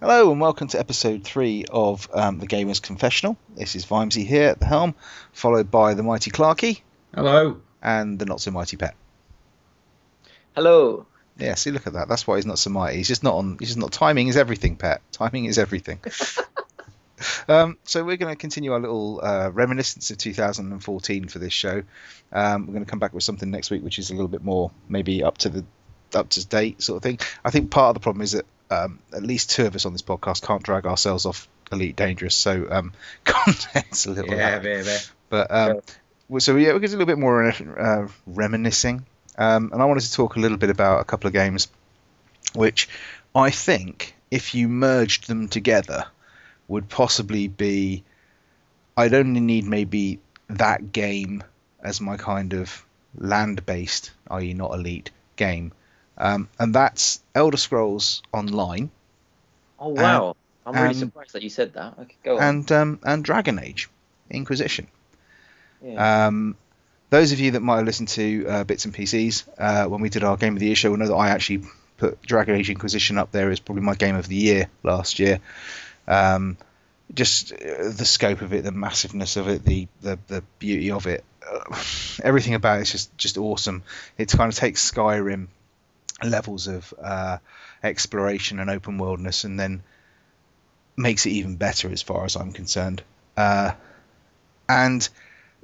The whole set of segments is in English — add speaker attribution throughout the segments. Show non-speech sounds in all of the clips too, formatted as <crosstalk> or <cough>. Speaker 1: Hello and welcome to episode three of um, the Gamers Confessional. This is Vimesy here at the helm, followed by the mighty Clarky
Speaker 2: Hello.
Speaker 1: and the not so mighty Pet.
Speaker 3: Hello.
Speaker 1: Yeah, see, look at that. That's why he's not so mighty. He's just not on. He's just not. Timing is everything, Pet. Timing is everything. um, so we're going to continue our little uh, reminiscence of 2014 for this show. Um, we're going to come back with something next week, which is a little bit more maybe up to the up to date sort of thing. I think part of the problem is that um, at least two of us on this podcast can't drag ourselves off Elite Dangerous, so um, <laughs> content's a little.
Speaker 2: Yeah,
Speaker 1: lacking.
Speaker 2: baby.
Speaker 1: But um, well, so yeah, we're going to do a little bit more uh, reminiscing, um, and I wanted to talk a little bit about a couple of games, which I think if you merged them together, would possibly be. I'd only need maybe that game as my kind of land-based, i.e., not elite game, um, and that's Elder Scrolls Online
Speaker 3: Oh wow. I'm really
Speaker 1: and-
Speaker 3: surprised that you said that. Okay, go on.
Speaker 1: and um, and Dragon Age Inquisition.
Speaker 3: Yeah.
Speaker 1: Um, those of you that might have listened to uh, Bits and PCs uh, when we did our Game of the Year show will know that I actually put Dragon Age Inquisition up there as probably my Game of the Year last year. Um, just uh, the scope of it, the massiveness of it, the the, the beauty of it, uh, <laughs> everything about it's just just awesome. It kind of takes Skyrim levels of uh, exploration and open worldness, and then makes it even better as far as I'm concerned. Uh, and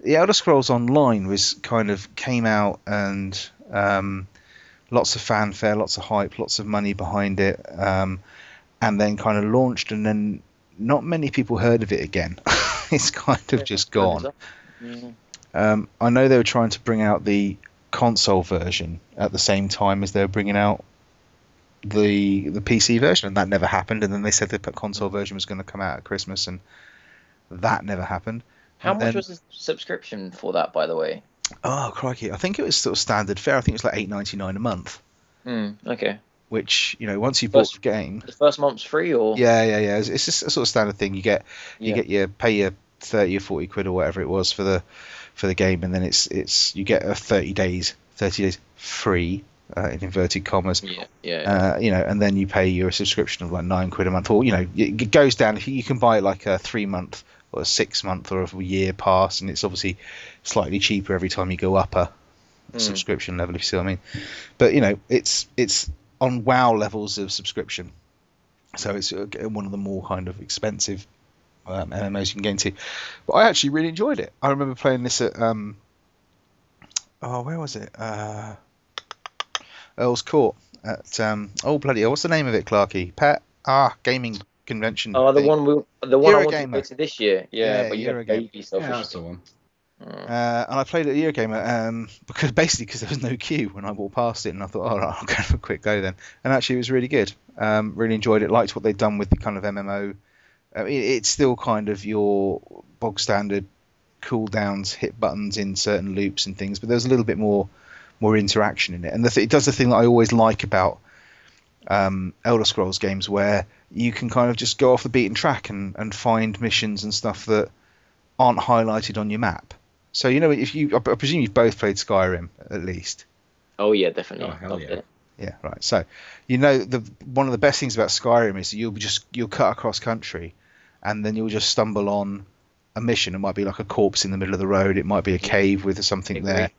Speaker 1: the Elder Scrolls Online was kind of came out and um, lots of fanfare, lots of hype, lots of money behind it, um, and then kind of launched, and then not many people heard of it again. <laughs> it's kind of just gone.
Speaker 3: Yeah.
Speaker 1: Um, I know they were trying to bring out the console version at the same time as they were bringing out the the PC version, and that never happened. And then they said the p- console version was going to come out at Christmas, and that never happened.
Speaker 3: How
Speaker 1: And
Speaker 3: much
Speaker 1: then-
Speaker 3: was the subscription for that, by the way?
Speaker 1: Oh crikey! I think it was sort of standard fare. I think it was like eight ninety nine a month,
Speaker 3: Hmm. Okay.
Speaker 1: which you know once you bought
Speaker 3: Plus-
Speaker 1: the game,
Speaker 3: The first month's free, or
Speaker 1: yeah, yeah, yeah. It's, it's just a sort of standard thing. You get you
Speaker 3: Yeah.
Speaker 1: get your pay your thirty or forty quid or whatever it was for the for the game, and then it's it's you get a thirty days thirty days free uh, in inverted commas.
Speaker 3: yeah, yeah.
Speaker 1: Uh, you know, and then you pay your subscription of like nine quid a month, or you know, it it goes down. If you, you can buy like a three month or a six month or a year pass, and it's obviously slightly cheaper every time you go up a
Speaker 3: Hmm.
Speaker 1: subscription level, if you see what I mean. But you know, it's it's on WoW levels of subscription, so it's uh, one of the more kind of expensive um, MMOs you can get into. But I actually really enjoyed it. I remember playing this at um, oh, where was it? Uh, Earl's Court at um, oh bloody hell, what's the name of it, Clarky? Pet ah gaming convention.
Speaker 3: Oh, the
Speaker 1: thing.
Speaker 3: one we, the one I wanted to go
Speaker 1: Eurogamer.
Speaker 3: to this year. Yeah,
Speaker 1: Yeah,
Speaker 3: but you had
Speaker 1: Eurogamer.
Speaker 3: baby stuff.
Speaker 2: Yeah, that's the one.
Speaker 3: Mm.
Speaker 1: Uh, and I played it at Eurogamer um, because basically because there was no queue when I walked past it, and I thought, all right, <laughs> I'll go for a quick go then. And actually, it was really good. Um, really enjoyed it. Liked what they'd done with the kind of MMO. I mean, it's still kind of your bog standard cooldowns, hit buttons in certain loops and things, but there was a little bit more more interaction in it. And the th- it does the thing that I always like about um, Elder Scrolls games, where you can kind of just go off the beaten track and, and find missions and stuff that aren't highlighted on your map. So you know, if you, I I presume you've both played Skyrim at least.
Speaker 3: Oh yeah, definitely.
Speaker 2: Oh, hell
Speaker 3: Loved
Speaker 2: yeah.
Speaker 3: it.
Speaker 1: Yeah, right. So, you know, the one of the best things about Skyrim is you'll just you'll cut across country, and then you'll just stumble on a mission. It might be like a corpse in the middle of the road. It might be a cave with something
Speaker 3: Agree.
Speaker 1: there.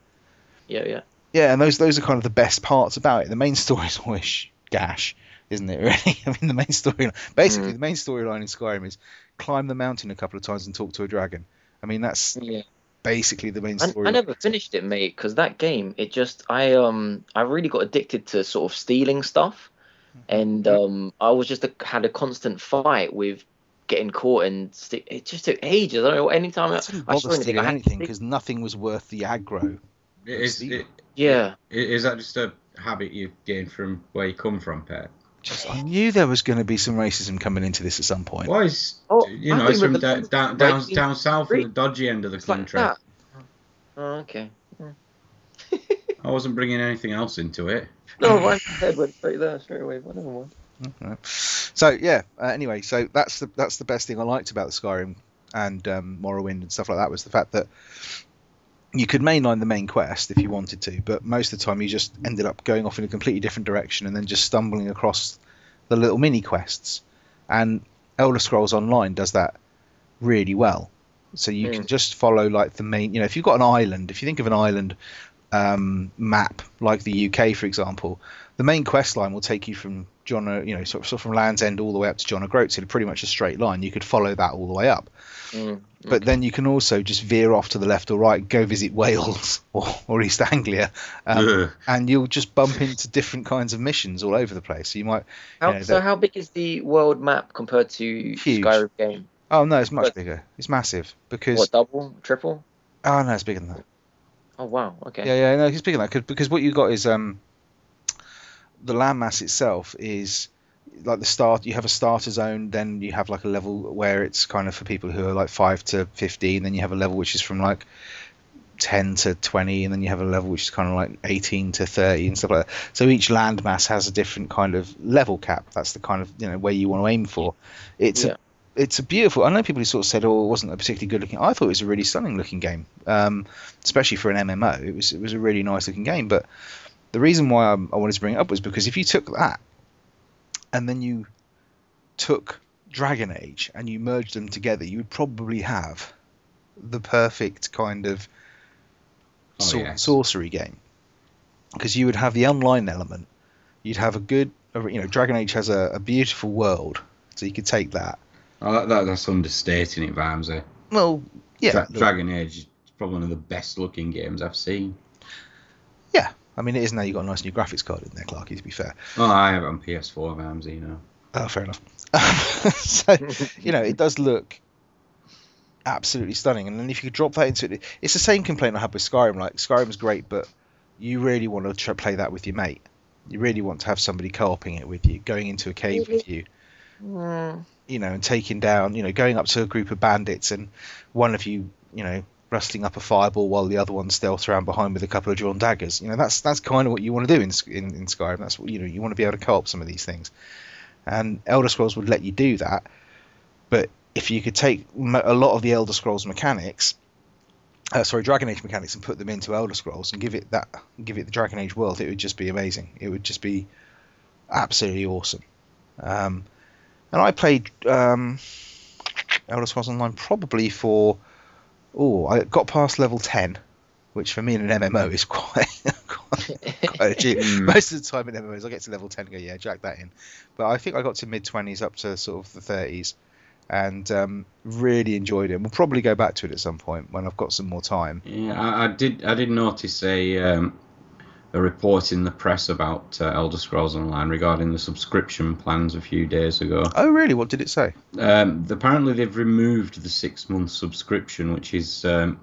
Speaker 3: Yeah, yeah.
Speaker 1: Yeah, and those those are kind of the best parts about it. The main story is always sh- gash, isn't it? <laughs> Really, I mean, the main story, basically,
Speaker 3: Mm.
Speaker 1: the main storyline in Skyrim is climb the mountain a couple of times and talk to a dragon. I mean, that's
Speaker 3: Yeah.
Speaker 1: basically the main
Speaker 3: I,
Speaker 1: story.
Speaker 3: I never finished it, mate, because that game, it just, I um, I really got addicted to sort of stealing stuff,
Speaker 2: Mm-hmm.
Speaker 3: and um, I was just a, had a constant fight with getting caught, and st- it just took ages. I don't know. Anytime I,
Speaker 1: I didn't
Speaker 3: I
Speaker 1: bother
Speaker 3: saw anything,
Speaker 1: stealing
Speaker 3: I had
Speaker 1: anything
Speaker 3: to,
Speaker 1: because nothing was worth the aggro.
Speaker 2: It is,
Speaker 1: Steve.
Speaker 2: it,
Speaker 3: yeah,
Speaker 2: it- is that just a habit you've gained from where you come from, Pet?
Speaker 1: Just, I knew there was going to be some racism coming into this at some point.
Speaker 2: Why is
Speaker 3: Oh,
Speaker 2: you
Speaker 3: I
Speaker 2: know it's
Speaker 3: think
Speaker 2: from
Speaker 3: with
Speaker 2: da,
Speaker 3: the-
Speaker 2: da,
Speaker 3: like
Speaker 2: down
Speaker 3: in-
Speaker 2: down south of the dodgy end of the
Speaker 3: it's like
Speaker 2: country?
Speaker 3: that.
Speaker 2: <laughs>
Speaker 3: Oh, okay.
Speaker 2: I wasn't bringing anything else into it.
Speaker 3: No, Oh, my head went straight there straight away. But never mind.
Speaker 1: Alright. So yeah. Uh, anyway, so that's the that's the best thing I liked about Skyrim and um, Morrowind and stuff like that was the fact that you could mainline the main quest if you wanted to, but most of the time you just ended up going off in a completely different direction and then just stumbling across the little mini quests. and Elder Scrolls Online does that really well. So you can just follow like the main. You know, if you've got an island, if you think of an island um, map like the UK, for example, the main quest line will take you from John, O- you know, sort of, sort of from Land's End all the way up to John O'Groats in pretty much a straight line. You could follow that all the way up.
Speaker 3: Mm,
Speaker 1: But then you can also just veer off to the left or right, go visit Wales <laughs> or, or East Anglia, <laughs> um,
Speaker 2: Ugh. Oh,
Speaker 1: and you'll just bump into different kinds of missions all over the place. So you might,
Speaker 3: How,
Speaker 1: Yeah,
Speaker 3: so
Speaker 1: that-
Speaker 3: how big is the world map compared to
Speaker 1: Huge.
Speaker 3: Skyrim game?
Speaker 1: oh no, it's much
Speaker 3: But-
Speaker 1: bigger. It's massive because
Speaker 3: What double, triple?
Speaker 1: oh no, it's bigger than that.
Speaker 3: Oh wow, okay.
Speaker 1: Yeah, yeah, no, it's bigger than that 'cause- because what you got is um, the landmass itself is like the start. You have a starter zone, then you have like a level where it's kind of for people who are like five to fifteen. Then you have a level which is from like ten to twenty, and then you have a level which is kind of like eighteen to thirty and stuff like that. So each landmass has a different kind of level cap. That's the kind of you know where you want to aim for. It's
Speaker 3: Yeah.
Speaker 1: a it's a beautiful. I know people who sort of said, "Oh, it wasn't a particularly good looking." I thought it was a really stunning looking game. Um, especially for an MMO. It was it was a really nice looking game. But the reason why I'm, I wanted to bring it up was because if you took that and then you took Dragon Age and you merged them together, you would probably have the perfect kind of
Speaker 2: Oh,
Speaker 1: sor-
Speaker 2: yes.
Speaker 1: sorcery game because you would have the online element. You'd have a good, you know, Dragon Age has a, a beautiful world, so you could take that.
Speaker 2: Oh, that, that, that's understating it, Vimesy.
Speaker 1: Well, yeah,
Speaker 2: Dra-
Speaker 1: look,
Speaker 2: Dragon Age is probably one of the best looking games I've seen.
Speaker 1: I mean, it is now you've got a nice new graphics card in there, Clarky. To be fair.
Speaker 2: Oh, I have it on PS4, Vimesy, you know.
Speaker 1: Oh, fair enough. Um, <laughs> so, you know, it does look absolutely stunning. And then if you could drop that into it, it's the same complaint I had with Skyrim. Like, Skyrim's great, but you really want to try play that with your mate. You really want to have somebody co oping it with you, going into a cave with you,
Speaker 3: Mm,
Speaker 1: you know, and taking down, you know, going up to a group of bandits and one of you, you know, rustling up a fireball while the other one stealths around behind with a couple of drawn daggers. You know, that's that's kind of what you want to do in, Sk- in in Skyrim. That's what you know, you want to be able to co-op some of these things. And Elder Scrolls would let you do that, but if you could take m- a lot of the Elder Scrolls mechanics, uh, sorry, Dragon Age mechanics, and put them into Elder Scrolls and give it that, give it the Dragon Age world, it would just be amazing. It would just be absolutely awesome. Um, and I played um, Elder Scrolls Online probably for oh, I got past level ten, which for me in an MMO is <laughs> quite quite, quite achievable.
Speaker 2: Mm.
Speaker 1: Most of the time in MMOs, I get to level ten and go, yeah, jack that in. But I think I got to mid twenties, up to sort of the thirties, and um, really enjoyed it. And we'll probably go back to it at some point when I've got some more time.
Speaker 2: Yeah, I, I did. I did notice a um, a report in the press about uh, Elder Scrolls Online regarding the subscription plans a few days ago.
Speaker 1: Oh, really? What did it say?
Speaker 2: Um, apparently, they've removed the six month subscription, which is um,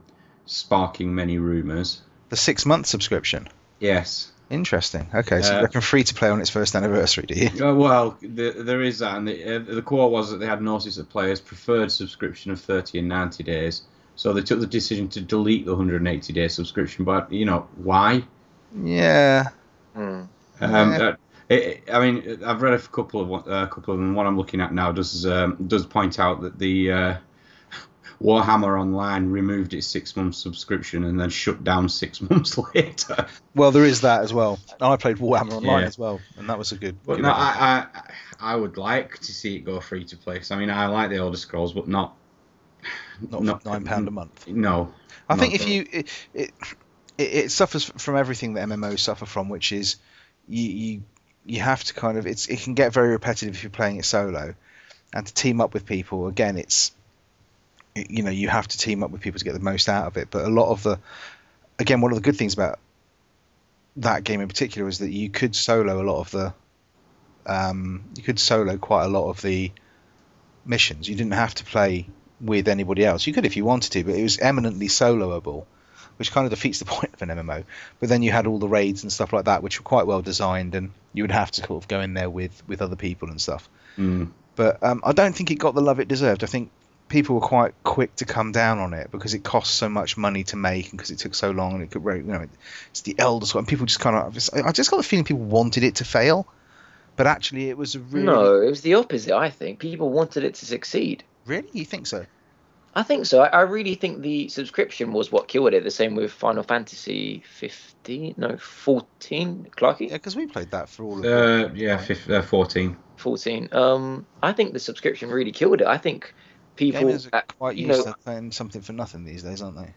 Speaker 2: sparking many rumours.
Speaker 1: The six month subscription.
Speaker 2: Yes.
Speaker 1: Interesting. Okay, so you
Speaker 2: Uh,
Speaker 1: reckon free to play on its first anniversary, do you?
Speaker 2: Uh, well, the, there is that, and the, uh, the core was that they had notice that players preferred subscription of 30 and 90 days, so they took the decision to delete the 180 day subscription. But you know why?
Speaker 1: Yeah.
Speaker 3: <laughs> mm.
Speaker 2: Um,
Speaker 1: Yeah.
Speaker 2: uh, it, it- I mean, I've read a couple of one- uh, couple of them. One I'm looking at now does um, does point out that the uh, <laughs> Warhammer Online removed its six month subscription and then shut down six <laughs> months later.
Speaker 1: Well, there is that as well. And I played Warhammer Online
Speaker 2: Yeah.
Speaker 1: as well, and that was a good.
Speaker 2: But
Speaker 1: good
Speaker 2: no,
Speaker 1: idea.
Speaker 2: I, I I would like to see it go free to play. 'cause, I mean, I like the Elder Scrolls, but not
Speaker 1: not,
Speaker 2: not-
Speaker 1: nine pound a month.
Speaker 2: no.
Speaker 1: I think
Speaker 2: not
Speaker 1: if
Speaker 2: the-
Speaker 1: you it, it it it suffers from everything that MMOs suffer from, which is you you you have to kind of it's it can get very repetitive if you're playing it solo, and to team up with people again it's you know you have to team up with people to get the most out of it. But a lot of the again one of the good things about that game in particular is that you could solo a lot of the um, you could solo quite a lot of the missions. You didn't have to play with anybody else. You could if you wanted to, but it was eminently soloable, which kind of defeats the <laughs> point of an MMO. But then you had all the raids and stuff like that, which were quite well designed, and you would have to sort of go in there with with other people and stuff.
Speaker 2: Mm.
Speaker 1: But um, I don't think it got the love it deserved. I think people were quite quick to come down on it because it cost so much money to make and because it took so long and it could, you know, it's the Elder Scrolls. And people just kind of, I just got the feeling people wanted it to fail, but actually it was a really,
Speaker 3: No, it was the opposite. I think people wanted it to succeed.
Speaker 1: really, you think so?
Speaker 3: I think so. I, I really think the subscription was what killed it. The same with Final Fantasy 15, no 14, Clarky.
Speaker 1: Yeah, because we played that for all of.
Speaker 2: Uh, yeah, fif- uh, 14.
Speaker 3: 14. Um, I think the subscription really killed it. I think people,
Speaker 1: Gamers are
Speaker 3: uh,
Speaker 1: quite
Speaker 3: you
Speaker 1: used
Speaker 3: know,
Speaker 1: to paying something for nothing these days, aren't they?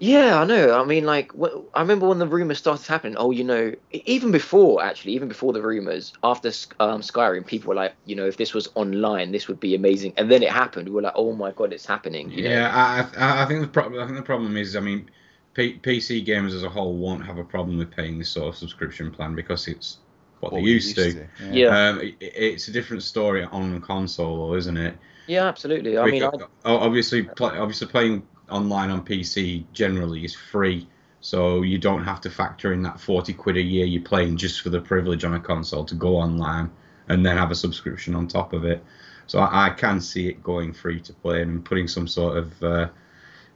Speaker 3: yeah, I know. I mean, like, wh- I remember when the rumors started happening. Oh, you know, e- even before actually, even before the rumors, after Sk- um, Skyrim, people were like, you know, if this was online, this would be amazing. And then it happened. We were like, oh my god, it's happening. You know?
Speaker 2: Yeah, I, I, I think the problem. I think the problem is, I mean, P- PC gamers as a whole won't have a problem with paying this sort of subscription plan because it's what,
Speaker 1: What
Speaker 2: they
Speaker 1: we're
Speaker 2: used, to.
Speaker 1: Yeah.
Speaker 3: Yeah.
Speaker 2: Um, it, it's a different story on console, though, isn't it?
Speaker 3: Yeah, absolutely. I
Speaker 2: We
Speaker 3: mean, I,
Speaker 2: could- o- Oh, obviously, pl- obviously playing online on PC generally is free, so you don't have to factor in that forty quid a year you're playing just for the privilege on a console to go online and then have a subscription on top of it. So I, I can see it going free to play and putting some sort of uh,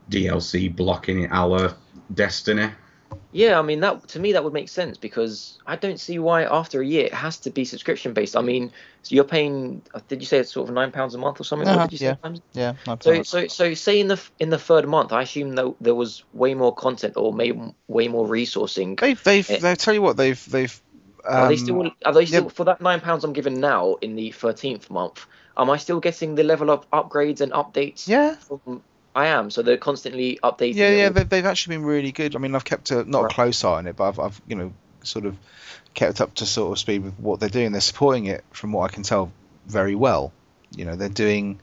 Speaker 2: DLC blocking it, a la Destiny.
Speaker 3: Yeah, I mean that to me that would make sense because I don't see why after a year it has to be subscription based. I mean, so you're paying uh, did you say it's sort of nine pounds a month or something? What
Speaker 1: Uh-huh,
Speaker 3: did you say?
Speaker 1: yeah. Uh-huh.
Speaker 3: times?
Speaker 1: Yeah, no
Speaker 3: So
Speaker 1: problem.
Speaker 3: so so say in the f- in the third month, I assume that there was way more content or may, way more resourcing.
Speaker 1: They've, they've,
Speaker 3: It-
Speaker 1: they've. Tell you what, they've, they've. Um,
Speaker 3: are they still are they still
Speaker 1: yeah.
Speaker 3: for that nine pounds I'm given now in the thirteenth month? Am I still getting the level up upgrades and updates?
Speaker 1: Yeah,
Speaker 3: From, I am. So they're constantly updating.
Speaker 1: yeah,
Speaker 3: it
Speaker 1: yeah.
Speaker 3: all.
Speaker 1: They've, they've actually been really good. I mean, I've kept a not a
Speaker 3: Right.
Speaker 1: close eye on it, but I've, I've, you know, sort of kept up to sort of speed with what they're doing. They're supporting it, from what I can tell, very well. You know, they're doing.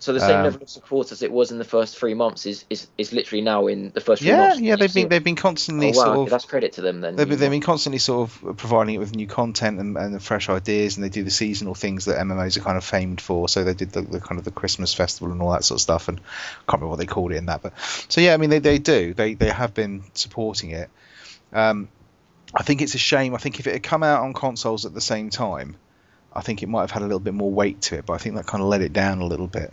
Speaker 3: So the same
Speaker 1: Um,
Speaker 3: level of support as it was in the first three months is is, is literally now in the first three
Speaker 1: Yeah,
Speaker 3: months.
Speaker 1: yeah. They've
Speaker 3: So-
Speaker 1: been, they've been constantly
Speaker 3: oh, wow, okay,
Speaker 1: sort of.
Speaker 3: that's credit to them then.
Speaker 1: They've been,
Speaker 3: you
Speaker 1: they've
Speaker 3: know.
Speaker 1: been constantly sort of providing it with new content and, and fresh ideas, and they do the seasonal things that MMOs are kind of famed for. So they did the, the kind of the Christmas festival and all that sort of stuff, and I can't remember what they called it in that. But so yeah, I mean they, they do they they have been supporting it. Um, I think it's a shame. I think if it had come out on consoles at the same time, I think it might have had a little bit more weight to it. But I think that kind of let it down a little bit,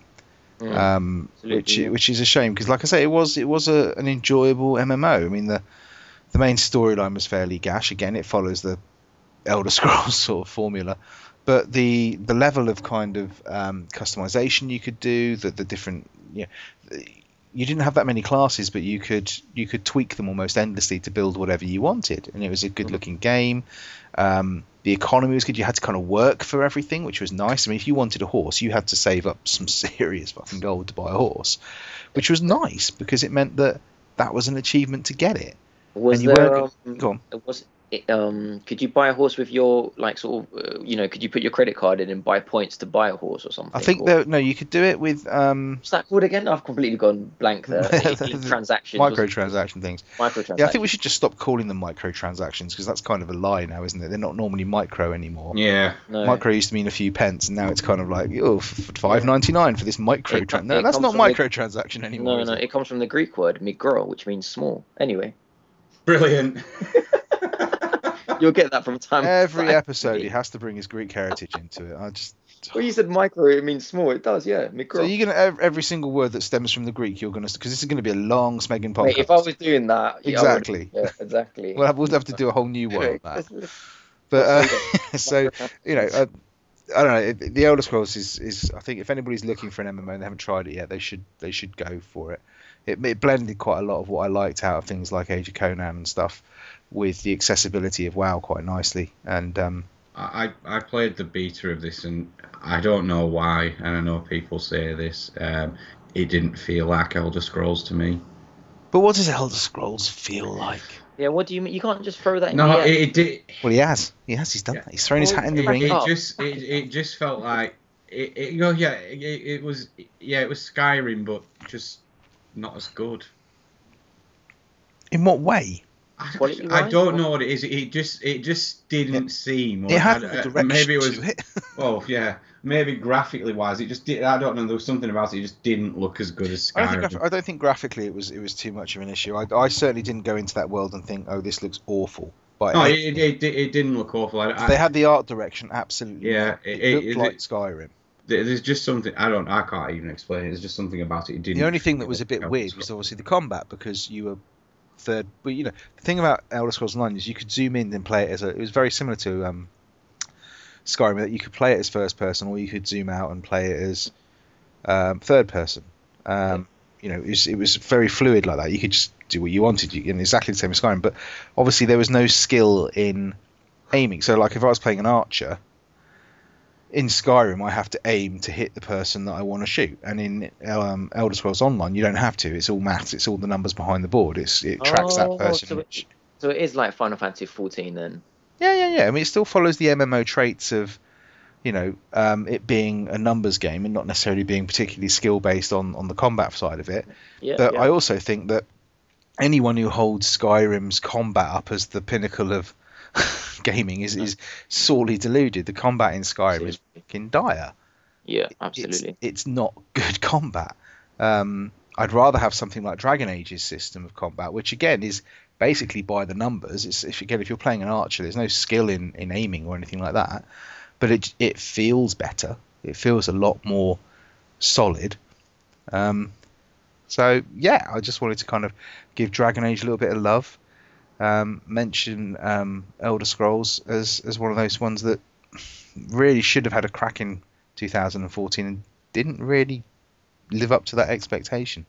Speaker 3: Mm.
Speaker 1: um,
Speaker 3: Absolutely,
Speaker 1: which
Speaker 3: yeah.
Speaker 1: which is a shame because like I say, it was it was a, an enjoyable MMO. I mean the the main storyline was fairly gash. Again, it follows the Elder <laughs> Scrolls sort of formula, but the the level of kind of um, customization you could do, the the different yeah, you didn't have that many classes, but you could you could tweak them almost endlessly to build whatever you wanted, and it was a good looking game. Um, the economy was good. You had to kind of work for everything, which was nice. I mean, if you wanted a horse, you had to save up some <laughs> serious fucking gold to buy a horse, which was nice because it meant that that was an achievement to get it.
Speaker 3: was
Speaker 1: and you
Speaker 3: there
Speaker 1: were-
Speaker 3: um,
Speaker 1: Go on.
Speaker 3: was it, um could you buy a horse with your like sort of uh, you know could you put your credit card in and buy points to buy a horse or something?
Speaker 1: I think
Speaker 3: or,
Speaker 1: there no, you could do it with um,
Speaker 3: what's that called again? I've completely gone
Speaker 1: <laughs>
Speaker 3: blank there. transactions, or
Speaker 1: microtransaction things.
Speaker 3: microtransactions.
Speaker 1: Yeah, I think we should just stop calling them microtransactions because that's kind of a lie now, isn't it? They're not normally micro anymore.
Speaker 2: Yeah,
Speaker 3: no.
Speaker 1: Micro used to mean a few pence, and now it's kind of like oh, five ninety nine for this micro.
Speaker 3: It co-
Speaker 1: no,
Speaker 3: it
Speaker 1: that's
Speaker 3: comes
Speaker 1: not
Speaker 3: from the-
Speaker 1: microtransaction anymore.
Speaker 3: no,
Speaker 1: is
Speaker 3: no,
Speaker 1: it?
Speaker 3: it comes from the Greek word migro, which means small. Anyway,
Speaker 2: brilliant. <laughs>
Speaker 3: you'll get that from time. to
Speaker 1: Every
Speaker 3: time.
Speaker 1: episode
Speaker 3: <laughs>
Speaker 1: he has to bring his Greek heritage into it. I just
Speaker 3: Well, you said micro, it means small. It does, yeah. Micro.
Speaker 1: so you're gonna ev- every single word that stems from the Greek, you're gonna because this is gonna be a long smegging podcast.
Speaker 3: Mate, if I was doing that, yeah, I would-
Speaker 1: Exactly.
Speaker 3: <laughs> Yeah, exactly.
Speaker 1: we'll have, we'll have to do a whole new one on
Speaker 3: Anyway,
Speaker 1: that.
Speaker 3: let's- let's
Speaker 1: But uh, <laughs>
Speaker 3: Absolutely.
Speaker 1: so
Speaker 3: microtransactions.
Speaker 1: you know, uh, I don't know. it- The Elder Scrolls is, is I think if anybody's looking for an MMO and they haven't tried it yet, they should they should go for it. It, it blended quite a lot of what I liked out of things like Age of Conan and stuff with the accessibility of WoW quite nicely. And um,
Speaker 2: I, I I played the beta of this and I don't know why, and I know people say this. Um, it didn't feel like Elder Scrolls to me.
Speaker 1: but what does Elder Scrolls feel like?
Speaker 3: Yeah, what do you mean? You can't just throw that in
Speaker 2: No,
Speaker 3: the air.
Speaker 2: it, it did.
Speaker 1: Well, he has. He has. He's done
Speaker 2: Yeah.
Speaker 1: that. He's thrown his
Speaker 3: Well,
Speaker 1: hat in the
Speaker 2: it,
Speaker 1: ring.
Speaker 2: It
Speaker 3: up.
Speaker 2: just it, it just felt like it, it you know, yeah it, it was yeah it was Skyrim but just not as good.
Speaker 1: In what way?
Speaker 2: I,
Speaker 3: Quality
Speaker 2: I
Speaker 3: wise,
Speaker 2: don't
Speaker 3: or-
Speaker 2: know what it is. It, it just it just didn't seem. or
Speaker 1: It had
Speaker 2: I-
Speaker 1: no
Speaker 2: I-
Speaker 1: direction
Speaker 2: maybe it was.
Speaker 1: to it.
Speaker 2: Oh yeah, maybe graphically wise, it just did. I don't know. There was something about it. It just didn't look as good as
Speaker 1: I don't, think
Speaker 2: Skyrim.
Speaker 1: graph- I don't think graphically it was it was too much of an issue. I, I certainly didn't go into that world and think, oh, this looks awful. But
Speaker 2: No,
Speaker 1: I-
Speaker 2: it, it, it, it didn't look awful. I, I,
Speaker 1: they had the art direction absolutely.
Speaker 2: Yeah, it-
Speaker 1: it,
Speaker 2: it-
Speaker 1: looked
Speaker 2: it-
Speaker 1: like Skyrim.
Speaker 2: There- There's just something I don't. I can't even explain it. There's just something about it. it didn't
Speaker 1: The only thing that was a bit
Speaker 2: Elder
Speaker 1: weird was
Speaker 2: Scrolls.
Speaker 1: obviously the combat because you were third. But you know, the thing about Elder Scrolls Online is you could zoom in and play it as a. It was very similar to um, Skyrim that you could play it as first person or you could zoom out and play it as um, third person. Um, you know, it was, it was very fluid like that. You could just do what you wanted. You and exactly the same as Skyrim, but obviously there was no skill in aiming. So like if I was playing an archer. in Skyrim, I have to aim to hit the person that I want to shoot, and in um, Elder Scrolls Online, you don't have to. It's all maths. It's all the numbers behind the board. It's it tracks
Speaker 3: Oh,
Speaker 1: that person.
Speaker 3: so it-
Speaker 1: which-
Speaker 3: So it is like Final Fantasy 14 then.
Speaker 1: Yeah, yeah, yeah. I mean, it still follows the MMO traits of, you know, um, it being a numbers game and not necessarily being particularly skill based on on the combat side of it.
Speaker 3: Yeah.
Speaker 1: But
Speaker 3: yeah.
Speaker 1: I also think that anyone who holds Skyrim's combat up as the pinnacle of <laughs> gaming is, is sorely deluded. The combat in Skyrim is
Speaker 3: Uh-huh. Seriously.
Speaker 1: fucking dire.
Speaker 3: yeah,
Speaker 1: It's-
Speaker 3: absolutely.
Speaker 1: It's, not <laughs> good combat. Um, I'd rather have something like Dragon Age's system of combat, which again is basically by the numbers. It's if again if you're playing an archer, there's no skill in, in aiming or anything like that, but it it feels better. It feels a lot more solid. Um, so yeah, I just wanted to kind of give Dragon Age a little bit of love. Um, mention um, Elder Scrolls as as one of those ones that really should have had a crack in 2014 and didn't really live up to that expectation.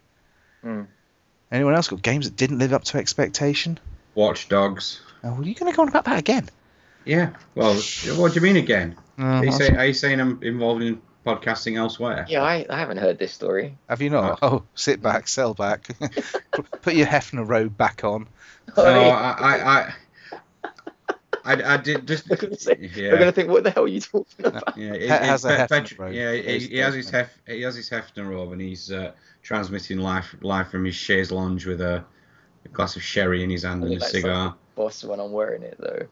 Speaker 3: Hmm.
Speaker 1: Anyone else got games that didn't live up to expectation?
Speaker 2: Watch Dogs.
Speaker 1: Oh, well, you going to go on about that again?
Speaker 2: Yeah. Well, what do you mean again?
Speaker 1: Uh,
Speaker 2: Are you, say, are you saying I'm involved in podcasting elsewhere?
Speaker 3: Yeah, I, I haven't heard this story. <laughs>
Speaker 1: have you not? Oh, sit back, sell back, <laughs> put your Hefner robe back on.
Speaker 2: No,
Speaker 3: Sorry. <laughs>
Speaker 2: I, I, I, I, I did just.
Speaker 3: They're gonna say-
Speaker 2: yeah.
Speaker 3: We're going to think, what the hell are you talking about?
Speaker 2: Yeah,
Speaker 1: He has a Hefner
Speaker 2: Petr-
Speaker 1: robe.
Speaker 2: yeah, he,
Speaker 1: He's
Speaker 2: he has his
Speaker 1: Petr.
Speaker 2: hef, he has his Hefner robe, and he's uh, transmitting live live from his chaise lounge with a, a glass of sherry in his hand
Speaker 3: I
Speaker 2: and
Speaker 3: think
Speaker 2: a
Speaker 3: that's
Speaker 2: cigar.
Speaker 3: Boss, when I'm wearing it, though.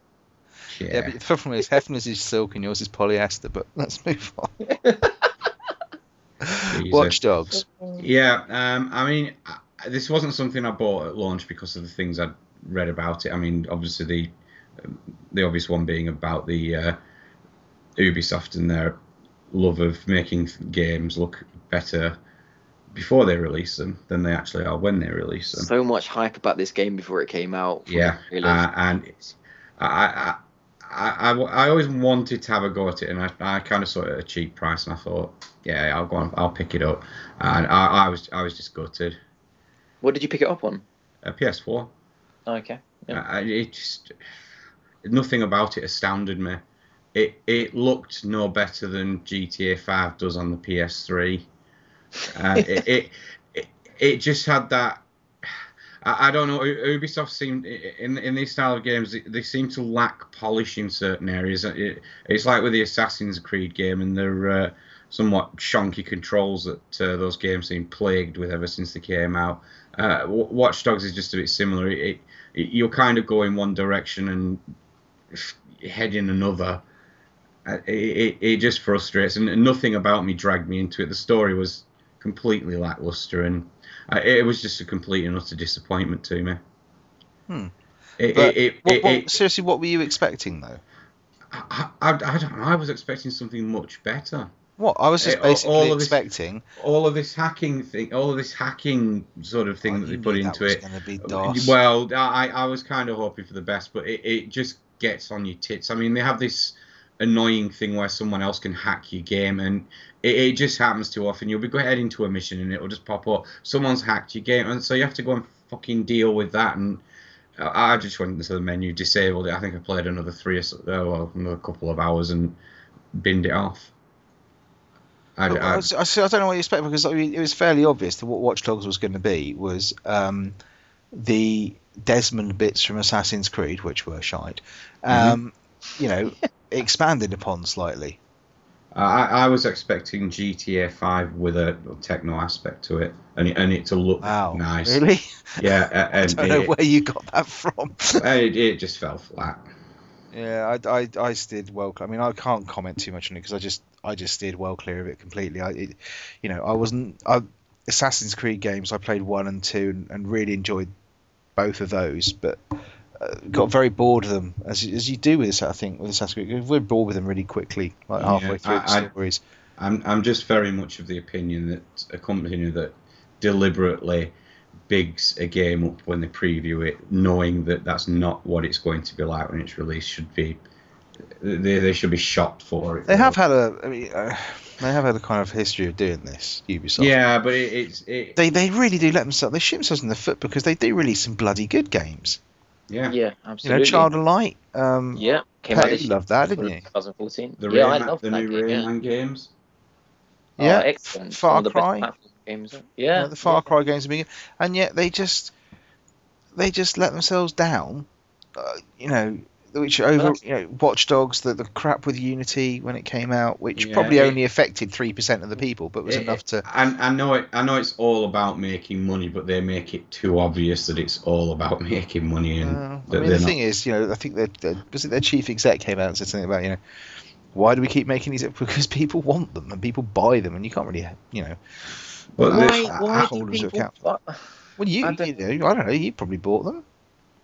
Speaker 2: Yeah,
Speaker 1: Yeah, but the problem is Hefner's is silk and yours is polyester, but let's move
Speaker 2: <laughs>
Speaker 1: on.
Speaker 2: Jesus.
Speaker 1: Watch Dogs.
Speaker 2: Yeah, um, I mean, I- this wasn't something I bought at launch because of the things I'd read about it. I mean, obviously the the obvious one being about the uh, Ubisoft and their love of making games look better before they release them than they actually are when they release them.
Speaker 3: So much hype about this game before it came out.
Speaker 2: Yeah,
Speaker 3: Really.
Speaker 2: uh, and it's, I, I, I, I, I always wanted to have a go at it, and I, I kind of saw it at a cheap price, and I thought, yeah, I'll go, on, I'll pick it up, and I, I was, I was disgusted.
Speaker 3: What did you pick it up on? A
Speaker 2: A PS4,
Speaker 3: Okay. Yeah.
Speaker 2: I- I- it just nothing about it astounded me. It, it looked no better than GTA 5 does on the PS3. Uh, it, it, it it just had that. I, I don't know. U- Ubisoft seemed in in these style of games they- they seem to lack polish in certain areas. It, it's like with the Assassin's Creed game and their uh, somewhat shonky controls that uh, those games seem plagued with ever since they came out. Uh, W- Watch Dogs is just a bit similar. It, it you're kind of going one direction and f- heading another. Uh, It, it, it just frustrates, and nothing about me dragged me into it. The story was completely lackluster, and I, it was just a complete and utter disappointment to me.
Speaker 1: Hmm.
Speaker 2: It,
Speaker 1: But
Speaker 2: it, it,
Speaker 1: what,
Speaker 2: it-
Speaker 1: what-
Speaker 2: it-
Speaker 1: seriously, what were you expecting though?
Speaker 2: I, I, I don't know. I was expecting something much better.
Speaker 1: What I was just
Speaker 2: Eh, all- all
Speaker 1: basically
Speaker 2: of this-
Speaker 1: expecting.
Speaker 2: All of this hacking thing, all of this hacking sort of thing
Speaker 1: Oh,
Speaker 2: that they
Speaker 1: you
Speaker 2: put
Speaker 1: knew that
Speaker 2: into
Speaker 1: was
Speaker 2: it.
Speaker 1: gonna be DOS.
Speaker 2: Uh, Well, I, I was kind of hoping for the best, but it, it just gets on your tits. I mean, they have this annoying thing where someone else can hack your game, and it, it just happens too often. You'll be go- heading to a mission, and it'll just pop up. Someone's hacked your game, and so you have to go and fucking deal with that. And I I just went into the menu, disabled it. I think I played another three, or so, oh, well, another couple of hours, and binned it off. I,
Speaker 1: But I,
Speaker 2: I,
Speaker 1: was- I see- I don't know what you expect because I mean, it was fairly obvious that what Watch Dogs was going to be was um, the Desmond bits from Assassin's Creed, which were shite,
Speaker 2: Mm-hmm.
Speaker 1: um, you know, <laughs> expanded upon slightly.
Speaker 2: I, I was expecting GTA 5 with a techno aspect to it, and it, and it to look
Speaker 1: Wow,
Speaker 2: nice.
Speaker 1: really? <laughs>
Speaker 2: Yeah, a-
Speaker 1: I
Speaker 2: and
Speaker 1: don't know
Speaker 2: it,
Speaker 1: where you got that from.
Speaker 2: <laughs>
Speaker 1: <laughs>
Speaker 2: it, it just fell flat.
Speaker 1: yeah, I, I, I steered well. cl- I mean, I can't comment too much on it because I just I just steered well clear of it completely. I, it, you know, I wasn't. I, Assassin's Creed games, I played one and two, and, and really enjoyed both of those, but uh, got very bored of them, as you- as you do with this. I think with Assassin's Creed, 'cause we're bored with them really quickly, like
Speaker 2: Yeah,
Speaker 1: halfway through
Speaker 2: I-
Speaker 1: the
Speaker 2: I-
Speaker 1: stories.
Speaker 2: I'm I'm just very much of the opinion that a company that deliberately bigs a game up when they preview it, knowing that that's not what it's going to be like when it's released, should be they, they should be shot for it.
Speaker 1: They have had a, I mean, uh, they have had a kind of history of doing this. Ubisoft.
Speaker 2: yeah, but it, it's it,
Speaker 1: They, they really do let themselves they shoot themselves in the foot because they do release some bloody good games.
Speaker 2: yeah.
Speaker 3: yeah,
Speaker 1: You know,
Speaker 3: absolutely.
Speaker 1: Child of Light, um,
Speaker 3: yeah, Came
Speaker 1: Pat,
Speaker 3: out this
Speaker 1: you
Speaker 3: year,
Speaker 1: loved that, didn't you?
Speaker 3: 2014.
Speaker 2: The
Speaker 3: yeah, I
Speaker 2: Rayman-
Speaker 3: love
Speaker 2: the
Speaker 3: that
Speaker 2: new
Speaker 3: game, yeah.
Speaker 2: Rayman games.
Speaker 3: Oh,
Speaker 1: Yeah,
Speaker 3: excellent.
Speaker 1: Far
Speaker 3: One of the best
Speaker 1: Cry.
Speaker 3: platform games. Yeah,
Speaker 1: You know, the Far Cry games have been, and yet they just they just let themselves down. Uh, you know, which over
Speaker 3: that's-
Speaker 1: you know Watch Dogs, the, the crap with Unity when it came out, which
Speaker 2: Yeah,
Speaker 1: probably
Speaker 2: it-
Speaker 1: only affected three percent of the people, but was
Speaker 2: It-
Speaker 1: enough to.
Speaker 2: I, I know it. I know it's all about making money, but they make it too obvious that it's all about <laughs> making money. And
Speaker 1: Uh, I
Speaker 2: that
Speaker 1: mean, the
Speaker 2: they're not-
Speaker 1: thing is, you know, I think that that- was it their chief exec came out and said something about you know. Why do we keep making these? <laughs> Because people want them and people buy them, and you can't really, you know.
Speaker 2: But
Speaker 1: Why-
Speaker 2: this-
Speaker 1: I-
Speaker 3: why
Speaker 1: I
Speaker 3: do
Speaker 1: hold them to
Speaker 3: people-
Speaker 1: account.
Speaker 3: uh,
Speaker 1: Well, you,
Speaker 3: I
Speaker 1: you
Speaker 3: don't-
Speaker 1: know, I don't know. You probably bought them.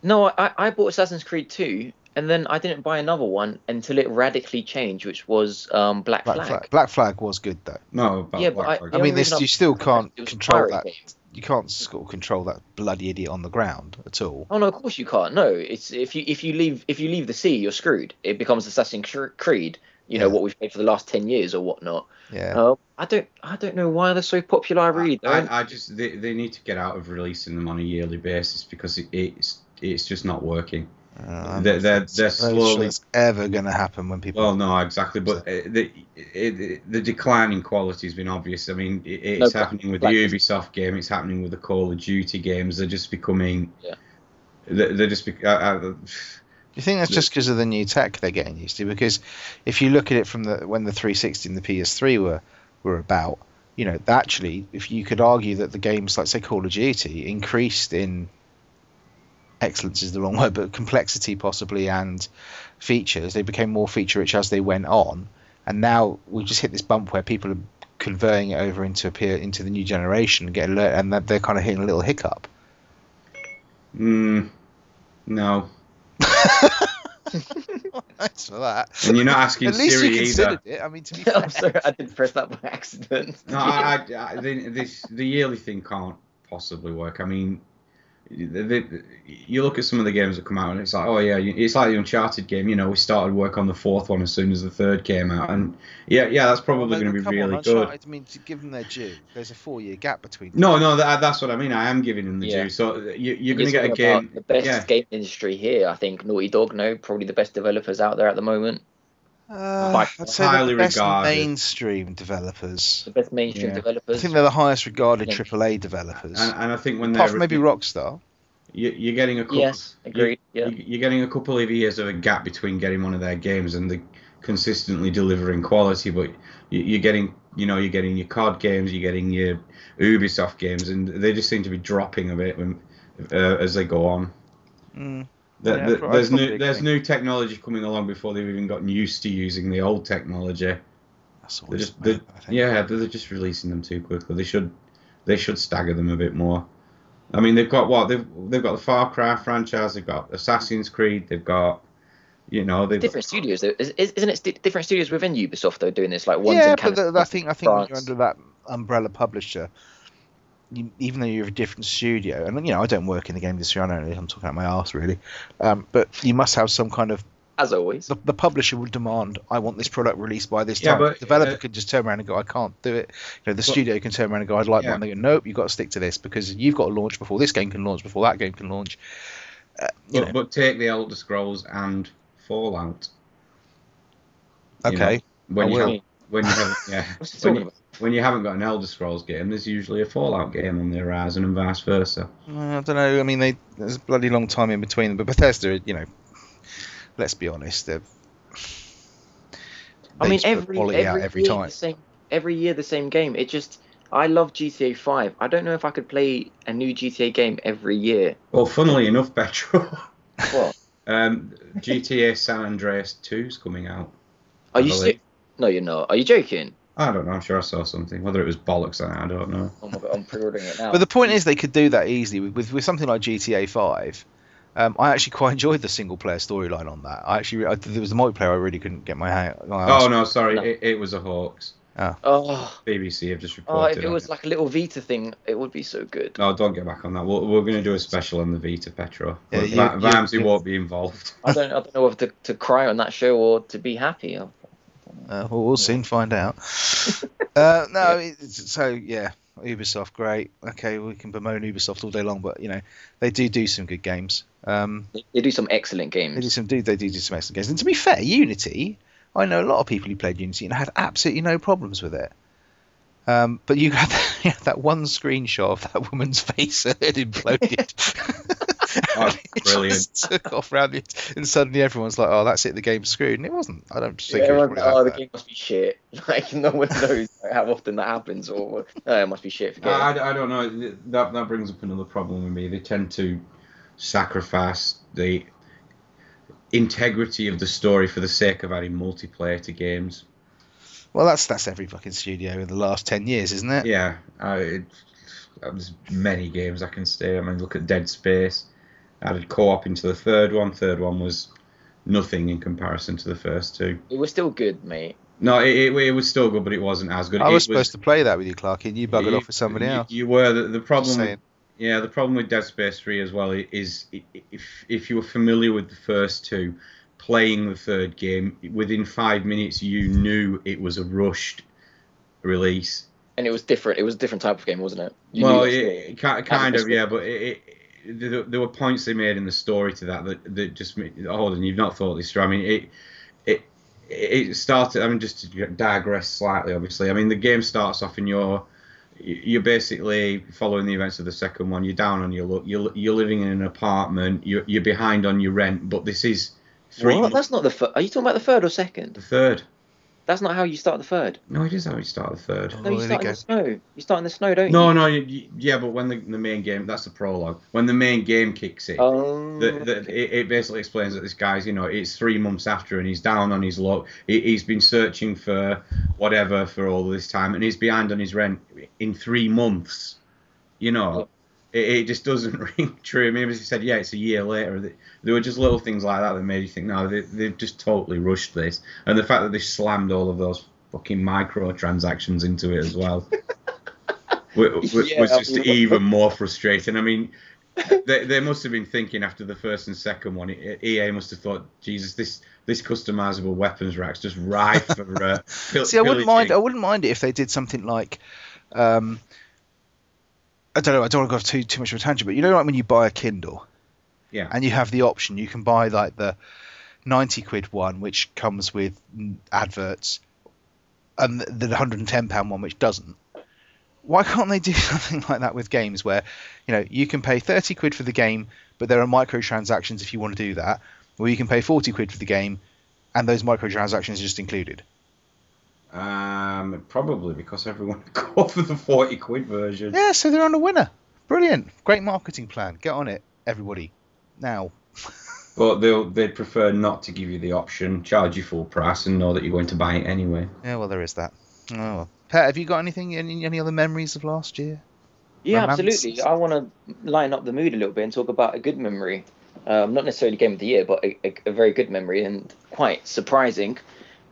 Speaker 3: No, I, I bought Assassin's Creed 2, and then I didn't buy another one until it radically changed, which was um, Black,
Speaker 1: Black
Speaker 3: Flag.
Speaker 1: Flag. Black Flag was good though.
Speaker 2: no, about
Speaker 3: Yeah,
Speaker 2: Oh, Black
Speaker 3: but I,
Speaker 2: Flag.
Speaker 3: the
Speaker 1: I mean,
Speaker 3: only
Speaker 1: this
Speaker 3: reason I
Speaker 1: you still
Speaker 3: bought Black Flag
Speaker 1: can't
Speaker 3: was
Speaker 1: control
Speaker 3: pirate
Speaker 1: that.
Speaker 3: game.
Speaker 1: You can't sort of control that bloody idiot on the ground at all.
Speaker 3: Oh no, of course you can't. No, it's if you if you leave if you leave the sea, you're screwed. It becomes Assassin's Cre- Creed. You know
Speaker 1: Yeah.
Speaker 3: what we've played for the last ten years or whatnot.
Speaker 2: Uh,
Speaker 1: Yeah.
Speaker 3: Um, I don't I don't know why they're so popular. I really don't.
Speaker 2: I, I just they, they need to get out of releasing them on a yearly basis because it, it's it's just not working.
Speaker 1: Um,
Speaker 2: they're they're,
Speaker 1: I'm
Speaker 2: they're
Speaker 1: not sure
Speaker 2: slowly.
Speaker 1: that's ever going to happen when people.
Speaker 2: Well, no, exactly, but uh, the it, it, the decline in quality has been obvious. I mean, it,
Speaker 3: No,
Speaker 2: it's
Speaker 3: Black-
Speaker 2: happening with
Speaker 3: Black-
Speaker 2: the Ubisoft game. It's happening with the Call of Duty games. They're just becoming.
Speaker 3: Yeah.
Speaker 2: They're, they're just. Bec- uh, I, I,
Speaker 1: Do you think that's
Speaker 2: the-
Speaker 1: just because of the new tech they're getting used to? Because if you look at it from the when the 360 and the PS3 were were about, you know, actually, if you could argue that the games like say Call of Duty increased in excellence is the wrong <laughs> word, but complexity possibly and features, they became more feature rich as they went on, and now we've just hit this bump where people are converting it over into a peer, into the new generation and getting alert, and that they're kind of hitting a little hiccup.
Speaker 2: <sighs>
Speaker 1: <laughs>
Speaker 2: Mm, no.
Speaker 1: Thanks for that.
Speaker 2: And you're not asking
Speaker 1: At least
Speaker 2: Siri
Speaker 1: you
Speaker 2: either.
Speaker 1: considered it. I mean, to
Speaker 3: <laughs>
Speaker 1: be fair.
Speaker 3: I'm sorry, I did press that by accident.
Speaker 2: No, I, I, I, the, this, the yearly thing can't possibly work. I mean, the, the, you look at some of the games that come out and it's like, oh yeah, you- it's like the Uncharted game. You know, we started work on the fourth one as soon as the third came out, and yeah, yeah, that's probably
Speaker 1: Well,
Speaker 2: going to
Speaker 1: come
Speaker 2: be really
Speaker 1: on,
Speaker 2: good.
Speaker 1: Uncharted, I mean, to give them their due, there's a four-year gap between.
Speaker 2: No, no, that, that's what I mean. I am giving them the
Speaker 3: Yeah.
Speaker 2: due. So you, you're going
Speaker 3: You're
Speaker 2: to get a
Speaker 3: talking about
Speaker 2: game.
Speaker 3: The best
Speaker 2: yeah.
Speaker 3: game industry here, I think. Naughty Dog, no, probably the best developers out there at the moment.
Speaker 1: uh,
Speaker 3: By
Speaker 1: I'd say they're
Speaker 2: highly
Speaker 1: the best
Speaker 2: regarded.
Speaker 1: mainstream developers.
Speaker 3: The best mainstream
Speaker 2: Yeah.
Speaker 1: I
Speaker 3: developers.
Speaker 1: think they're the highest regarded
Speaker 3: Yeah.
Speaker 1: AAA developers,
Speaker 2: And, and I think when
Speaker 1: apart
Speaker 2: they're
Speaker 1: from maybe Rockstar.
Speaker 2: you, you're getting a couple.
Speaker 3: Yes, agreed. Yeah.
Speaker 2: You- You're getting a couple of years of a gap between getting one of their games and the consistently delivering quality, but you- you're getting, you know, you're getting your COD games, you're getting your Ubisoft games, and they just seem to be dropping a bit when, uh, as they go on.
Speaker 1: Mm.
Speaker 2: The,
Speaker 1: Yeah,
Speaker 2: the-
Speaker 1: pro- I'd
Speaker 2: there's
Speaker 1: probably
Speaker 2: new there's
Speaker 1: agree.
Speaker 2: new technology coming along before they've even gotten used to using the old technology.
Speaker 1: That's
Speaker 2: They're
Speaker 1: always
Speaker 2: just they're,
Speaker 1: I think.
Speaker 2: yeah, they're just releasing them too quickly. They should they should stagger them a bit more. I mean, they've got what they've they've got the Far Cry franchise, they've got Assassin's Creed, they've got you know they've
Speaker 3: different studios, though. Is, is- isn't it st- different studios within Ubisoft, though, doing this? Like, one's
Speaker 1: yeah,
Speaker 3: in
Speaker 1: but
Speaker 3: Canada.
Speaker 1: the, I think I think when you're
Speaker 3: France.
Speaker 1: under that umbrella publisher, you, even though you're a different studio, and you know I don't work in the game industry, I don't really, I'm talking out my arse really, um, but you must have some kind of
Speaker 3: as always.
Speaker 1: the, the publisher would demand, I want this product released by this
Speaker 2: Yeah,
Speaker 1: time.
Speaker 2: but,
Speaker 1: the developer
Speaker 2: uh,
Speaker 1: could just turn around and go, I can't do it. You know, the studio can turn around and go, I'd like
Speaker 2: Yeah.
Speaker 1: one. They go, nope, you've got to stick to this because you've got to launch before this game can launch, before that game can launch. Uh, you
Speaker 2: but,
Speaker 1: know,
Speaker 2: but take the Elder Scrolls and Fallout. you know,
Speaker 1: okay.
Speaker 2: when
Speaker 1: I
Speaker 2: you
Speaker 1: will.
Speaker 2: have, when you have
Speaker 1: <laughs>
Speaker 2: yeah
Speaker 3: What's he
Speaker 2: when
Speaker 3: talking
Speaker 2: you,
Speaker 3: about?
Speaker 2: when you haven't got an Elder Scrolls game, there's usually a Fallout game on the horizon and vice versa.
Speaker 1: Uh, I don't know. I mean, they, there's a bloody long time in between them. But Bethesda, you know, let's be honest. they're-
Speaker 3: I
Speaker 1: they
Speaker 3: mean,
Speaker 1: just put
Speaker 3: every
Speaker 1: quality
Speaker 3: every,
Speaker 1: out every
Speaker 3: year
Speaker 1: time.
Speaker 3: the same. Every year the same game. It just. I love GTA 5. I don't know if I could play a new GTA game every <laughs> year.
Speaker 2: Well, funnily enough, <laughs> Petro,
Speaker 3: What?
Speaker 2: um, GTA San Andreas 2's coming out. I
Speaker 3: Are you?
Speaker 2: believe.
Speaker 3: Sick? No, you're not. Are you joking?
Speaker 2: I don't know. I'm sure I saw something. Whether it was bollocks or not, I don't know.
Speaker 3: Oh my god, I'm pre-ordering it now.
Speaker 1: But the point is, they could do that easily with with, with something like GTA Five. Um, I actually quite enjoyed the single player storyline on that. I actually, I, there was the multiplayer I really couldn't get my hand. My arse
Speaker 2: Oh no, sorry,
Speaker 3: No.
Speaker 2: It, it was a hoax.
Speaker 3: oh.
Speaker 2: BBC have just
Speaker 3: Oh,
Speaker 2: reported.
Speaker 3: if it
Speaker 2: on
Speaker 3: was like a little Vita thing, it would be so good.
Speaker 2: No, don't get back on that. We're, we're going to do a special on the Vita Petro.
Speaker 1: Yeah,
Speaker 2: Yeah,
Speaker 1: you- you-
Speaker 2: Vimesy
Speaker 1: you-
Speaker 2: won't be involved.
Speaker 3: I don't, I don't know whether to, to cry on that show or to be happy.
Speaker 2: <laughs>
Speaker 1: Uh, we'll, we'll soon find out. uh, no, it's, so yeah, Ubisoft, great. Okay, we can bemoan Ubisoft all day long, but you know they do do some good games. Um,
Speaker 3: They do some excellent
Speaker 1: they
Speaker 3: games.
Speaker 1: do some do they do do some excellent games. And to be fair, Unity, I know a lot of people who played Unity and had absolutely no problems with it. Um, but you had <laughs> that, you had that one screenshot of that woman's <laughs> face that had imploded.
Speaker 2: <laughs> Oh,
Speaker 1: And it
Speaker 2: brilliant.
Speaker 1: just took off round it, and suddenly everyone's like, "Oh, that's it. The game's screwed." And it wasn't. I don't
Speaker 3: Yeah,
Speaker 1: think. it was probably
Speaker 3: everyone's like, oh, the
Speaker 1: that bad.
Speaker 3: game must be shit. <laughs> Like no one knows like, how often that happens, or oh, it must be shit. Forget it.
Speaker 2: I, I don't know. Th- That that brings up another problem with me. They tend to sacrifice the integrity of the story for the sake of adding multiplayer to games.
Speaker 1: Well, that's that's every fucking studio in the last ten years, isn't it?
Speaker 2: Yeah, I, it, there's many games I can say. I mean, look at Dead Space. Added co-op into the third one. Third one was nothing in comparison to the first two.
Speaker 3: It was still good, mate.
Speaker 2: No, it, it, it was still good, but it wasn't as good.
Speaker 1: I
Speaker 2: It
Speaker 1: was supposed to play that with you, Clarky, and you buggered
Speaker 2: you-
Speaker 1: off with somebody
Speaker 2: you-
Speaker 1: else.
Speaker 2: You were the, the
Speaker 1: Just
Speaker 2: problem. with-
Speaker 1: saying.
Speaker 2: Yeah, the problem with Dead Space 3 as well is i- i- if, if you were familiar with the first two, playing the third game, within five minutes you knew it was a rushed release.
Speaker 3: And it was different. It was a different type of game, wasn't it? You
Speaker 2: well,
Speaker 3: knew
Speaker 2: it,
Speaker 3: that-
Speaker 2: it, ki-
Speaker 3: That
Speaker 2: kind
Speaker 3: was
Speaker 2: of, yeah, but it, it, there, there were points they made in the story to that that, that just made, hold on, you've not thought this through. I mean, it, it, it started, I mean, just to digress slightly, obviously, I mean, the game starts off in your you're basically following the events of the second one. You're down on your luck. You're, you're living in an apartment. You're, you're behind on your rent. But this is three.
Speaker 3: What?
Speaker 2: months-
Speaker 3: That's not the. Fir- Are you talking about the third or second?
Speaker 2: the third.
Speaker 3: That's not how you start the third.
Speaker 2: No, it is how you start the third.
Speaker 1: Oh,
Speaker 3: No, you
Speaker 1: there we
Speaker 3: start in
Speaker 1: go.
Speaker 3: the snow. You start in the snow, don't
Speaker 2: No,
Speaker 3: you?
Speaker 2: no, you, you- yeah, but when the, the main game, that's the prologue. When the main game kicks in,
Speaker 3: Um,
Speaker 2: the, the, it, it basically explains that this guy's, you know, it's three months after and he's down on his luck. He, he's been searching for whatever for all this time and he's behind on his rent in three months. You know, it, it just doesn't <laughs> ring true. Maybe if he said, yeah, it's a year later. th- There were just little things like that that made you think, no, they, they've just totally rushed this. And the fact that they slammed all of those fucking microtransactions into it
Speaker 1: <laughs>
Speaker 2: as well. wa- wa-
Speaker 3: Yeah,
Speaker 2: was just
Speaker 3: I mean-
Speaker 2: even more frustrating. I mean, they, they must have been thinking after the first and second one, E- EA must have thought, Jesus, this this customizable weapons rack's just rife for
Speaker 1: <laughs>
Speaker 2: uh, pil-
Speaker 1: See, I wouldn't mind.
Speaker 2: pillaging."
Speaker 1: I wouldn't mind it if they did something like, um, I don't know. I don't want to go off too too much of a tangent, but you know, like when you buy a Kindle,
Speaker 2: Yeah.
Speaker 1: and you have the option, you can buy like the ninety quid one, which comes with mm, adverts, and the the hundred and ten pound one, which doesn't. Why can't they do <laughs> something like that with games where, you know, you can pay thirty quid for the game, but there are microtransactions if you want to do that, or you can pay forty quid for the game, and those microtransactions are just included.
Speaker 2: Um, probably because everyone <laughs> go for the forty quid version.
Speaker 1: Yeah, so they're on a winner. Brilliant. Great marketing plan. Get on it, everybody. Now.
Speaker 2: But they'll they'd prefer not to give you the option, charge you full price, and know that you're going to buy it anyway.
Speaker 1: Yeah, well, there is that. Oh, well. Pat, have you got anything, any, any other memories of last year?
Speaker 3: yeah,
Speaker 1: romance.
Speaker 3: absolutely. I want to line up the mood a little bit and talk about a good memory. Um, not necessarily game of the year, but a, a, a very good memory and quite surprising.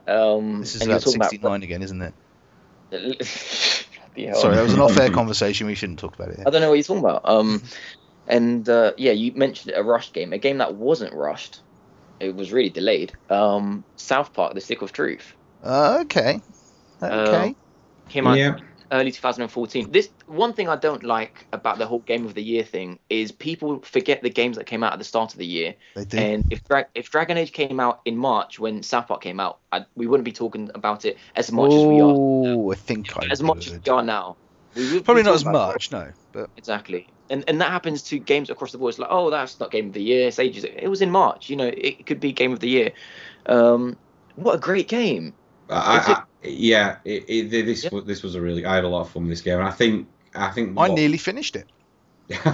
Speaker 3: Um,
Speaker 1: This is
Speaker 3: and you're
Speaker 1: about
Speaker 3: talking
Speaker 1: 69 again, isn't it?
Speaker 3: <laughs> Bloody hell.
Speaker 1: Sorry, that was an off air conversation. We shouldn't talk about it.
Speaker 3: <laughs> I don't know what you're talking about. Um, and uh, yeah, you mentioned a rushed game, a game that wasn't rushed. It was really delayed. Um, South Park: The Stick of Truth
Speaker 1: Uh, okay.
Speaker 3: um,
Speaker 1: Okay.
Speaker 3: came out
Speaker 2: Yeah.
Speaker 3: early 2014. This one thing I don't like about the whole Game of the Year thing is people forget the games that came out at the start of the year.
Speaker 1: they do.
Speaker 3: And if Dra- if Dragon Age came out in March when South Park came out, I, we wouldn't be talking about it as much as we are.
Speaker 1: Oh, I think I
Speaker 3: As much as
Speaker 1: would.
Speaker 3: we are now. We would be
Speaker 1: Probably not
Speaker 3: talking
Speaker 1: as
Speaker 3: about it.
Speaker 1: much, no. But
Speaker 3: Exactly, and and that happens to games across the board. It's like, oh, that's not game of the year. It's ages. It was in March. You know, it could be game of the year. Um, what a great game!
Speaker 2: I,
Speaker 3: Is it-
Speaker 2: I, yeah, it, it, this
Speaker 3: Yeah.
Speaker 2: was this was a really. I had a lot of fun with this game, and I think I think.
Speaker 1: I
Speaker 2: what-
Speaker 1: nearly finished it.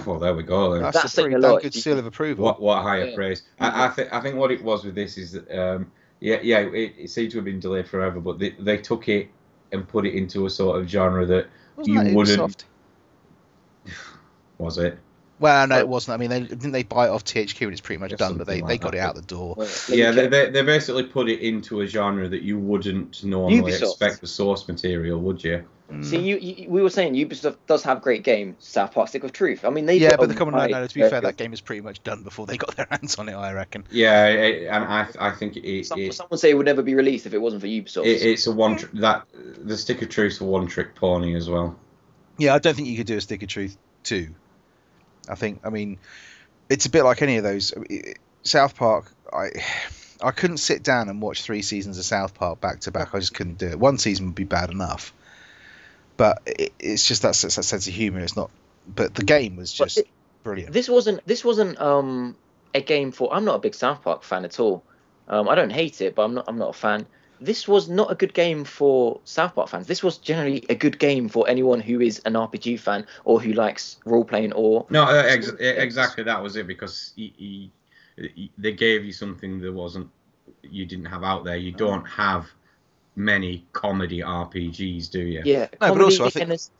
Speaker 2: <laughs> well, there we go. Then.
Speaker 1: That's,
Speaker 3: That's
Speaker 1: a
Speaker 3: saying
Speaker 1: pretty
Speaker 3: a
Speaker 1: damn
Speaker 3: lot.
Speaker 1: good seal of approval.
Speaker 2: What what higher
Speaker 3: Yeah.
Speaker 2: praise? I, I think I think what it was with this is that um, yeah yeah it, it seemed to have been delayed forever, but they, they took it and put it into a sort of genre that
Speaker 1: Wasn't
Speaker 2: you
Speaker 1: that
Speaker 2: wouldn't-
Speaker 1: Ubisoft?
Speaker 2: was it.
Speaker 1: Well, no,
Speaker 3: Uh,
Speaker 1: it wasn't. I mean, they didn't they buy it off THQ and it's pretty much
Speaker 2: Yeah,
Speaker 1: done, but they,
Speaker 2: something
Speaker 1: they
Speaker 2: like
Speaker 1: got
Speaker 2: that,
Speaker 1: it out the
Speaker 2: but-
Speaker 1: door.
Speaker 2: Yeah, they, they they basically put it into a genre that you wouldn't normally
Speaker 3: Ubisoft.
Speaker 2: expect the source material, would you?
Speaker 3: See, you, you, we were saying Ubisoft does have great games. South Park: Stick of Truth. I mean, they
Speaker 1: yeah,
Speaker 3: put
Speaker 1: but
Speaker 3: a
Speaker 1: the common no,
Speaker 3: wide
Speaker 1: no, to be fair,
Speaker 3: area.
Speaker 1: that game was pretty much done before they <laughs> got their hands on it, I reckon.
Speaker 2: Yeah, it, and I I think it, it,
Speaker 3: Some, some would say it would never be released if it wasn't for Ubisoft.
Speaker 2: it- it's a one tr- that the stick of truth's a one trick pony as well.
Speaker 1: Yeah, I don't think you could do a Stick of Truth two. I think. I mean, it's a bit like any of those. I mean, South Park. I <sighs> I couldn't sit down and watch three seasons of South Park back to back. I just couldn't do it. One season would be bad enough, but it, it's just that, that sense of humor. It's not. But the game was
Speaker 3: But
Speaker 1: just
Speaker 3: it-
Speaker 1: brilliant.
Speaker 3: This wasn't this wasn't um a game for. I'm not a big South Park fan at all. Um, I don't hate it, but I'm not I'm not a fan. This was not a good game for South Park fans. This was generally a good game for anyone who is an RPG fan or who likes role playing or
Speaker 2: No, uh, ex- exactly that was it because he, he, he- they gave you something that wasn't you didn't have out there. You
Speaker 3: Uh-huh.
Speaker 2: don't have many comedy RPGs, do you?
Speaker 3: yeah.
Speaker 1: but
Speaker 3: comedy
Speaker 1: also I think-
Speaker 3: and it's-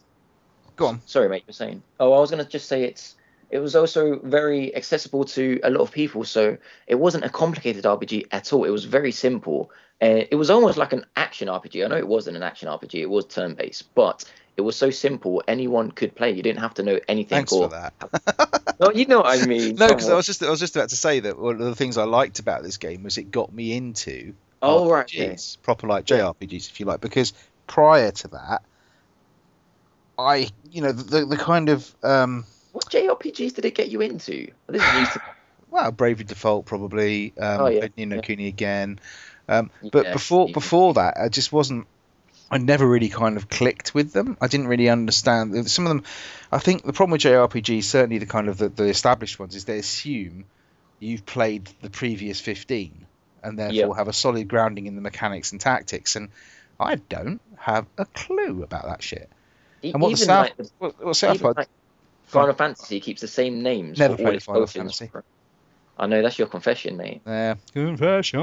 Speaker 1: Go on.
Speaker 3: Sorry, mate, you're saying. Oh, I was gonna just say it's. It was also very accessible to a lot of people, so it wasn't a complicated RPG at all. It was very simple. Uh, it was almost like an action RPG. I know it wasn't an action RPG; it was turn-based, but it was so simple anyone could play. You didn't have to know anything.
Speaker 1: Thanks
Speaker 3: or,
Speaker 1: for that. <laughs>
Speaker 3: No, Oh, you know what I mean.
Speaker 1: No, because I
Speaker 3: somewhat.
Speaker 1: was just I was just about to say that one of the things I liked about this game was it got me into
Speaker 3: Oh right, yeah.
Speaker 1: RPGs, proper like JRPGs, if you like, because prior to that, I you know the the kind of um,
Speaker 3: What JRPGs did it get you into? This is news to
Speaker 1: well Bravely Default probably um,
Speaker 3: Oh, yeah,
Speaker 1: played Ni no
Speaker 3: yeah.
Speaker 1: Kuni again, um, but
Speaker 3: Yeah,
Speaker 1: before
Speaker 3: you-
Speaker 1: before that I just wasn't. I never really kind of clicked with them. I didn't really understand some of them. I think the problem with JRPGs, certainly the kind of the, the established ones, is they assume you've played the previous fifteen and therefore
Speaker 3: Yeah.
Speaker 1: have a solid grounding in the mechanics and tactics. And I don't have a clue about that shit.
Speaker 3: e-
Speaker 1: And what the
Speaker 3: even
Speaker 1: South,
Speaker 3: like the-
Speaker 1: what, what South
Speaker 3: even
Speaker 1: Park-
Speaker 3: like Final Fantasy keeps the same names.
Speaker 1: Never
Speaker 3: for all
Speaker 1: played
Speaker 3: its
Speaker 1: Final
Speaker 3: versions.
Speaker 1: Fantasy.
Speaker 3: I know that's your confession, mate.
Speaker 1: Uh, confession.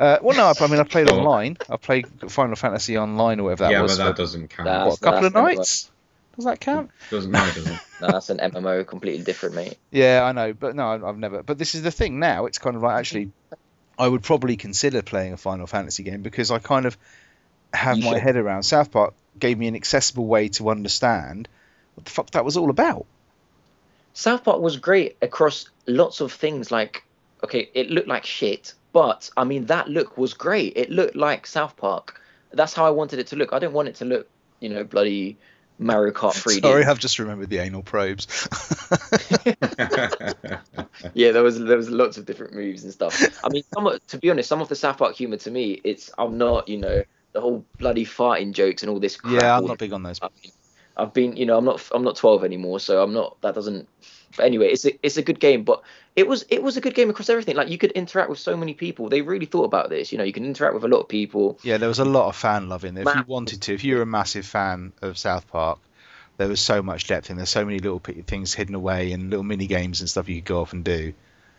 Speaker 1: Uh, well, no, I, I mean, I
Speaker 2: <laughs>
Speaker 1: played
Speaker 2: Oh.
Speaker 1: online. I played Final Fantasy Online or whatever that
Speaker 2: yeah,
Speaker 1: was.
Speaker 2: but that
Speaker 1: for,
Speaker 2: doesn't count.
Speaker 3: Nah.
Speaker 1: what, a
Speaker 3: That's-
Speaker 1: couple of
Speaker 3: that's never-
Speaker 1: nights? Does that count?
Speaker 2: Doesn't no, it doesn't.
Speaker 3: No, that's an MMO, completely different, mate.
Speaker 1: Yeah, I know, but no, I've I've never. But this is the thing now. It's kind of like actually, I would probably consider playing a Final Fantasy game because I kind of have
Speaker 3: You
Speaker 1: my
Speaker 3: should.
Speaker 1: head around. South Park gave me an accessible way to understand what the fuck that was all about.
Speaker 3: South Park was great across lots of things. Like, okay, it looked like shit, but I mean, that look was great. It looked like South Park. That's how I wanted it to look. I didn't want it to look, you know, bloody Mario Kart
Speaker 1: <laughs>
Speaker 3: 3D.
Speaker 1: Sorry, I've just remembered the anal probes.
Speaker 3: <laughs>
Speaker 1: <laughs>
Speaker 2: <laughs>
Speaker 3: Yeah, there was there was lots of different moves and stuff. I mean, some of, to be honest, some of the South Park humor to me, it's I'm not, you know, the whole bloody farting jokes and all this. Crap
Speaker 1: yeah,
Speaker 3: all
Speaker 1: I'm
Speaker 3: the
Speaker 1: not big on those.
Speaker 3: I mean, I've been, you know, I'm not, I'm not 12 anymore, so I'm not. That doesn't. But anyway, it's a, it's a good game, but it was, it was a good game across everything. Like you could interact with so many people. They really thought about this. You know, you can interact with a lot of people.
Speaker 1: Yeah, there was a lot of fan love in there. If you
Speaker 3: Massive.
Speaker 1: wanted to, if you were a massive fan of South Park, there was so much depth in there, so many little p- things hidden away and little mini games and stuff you could go off and do.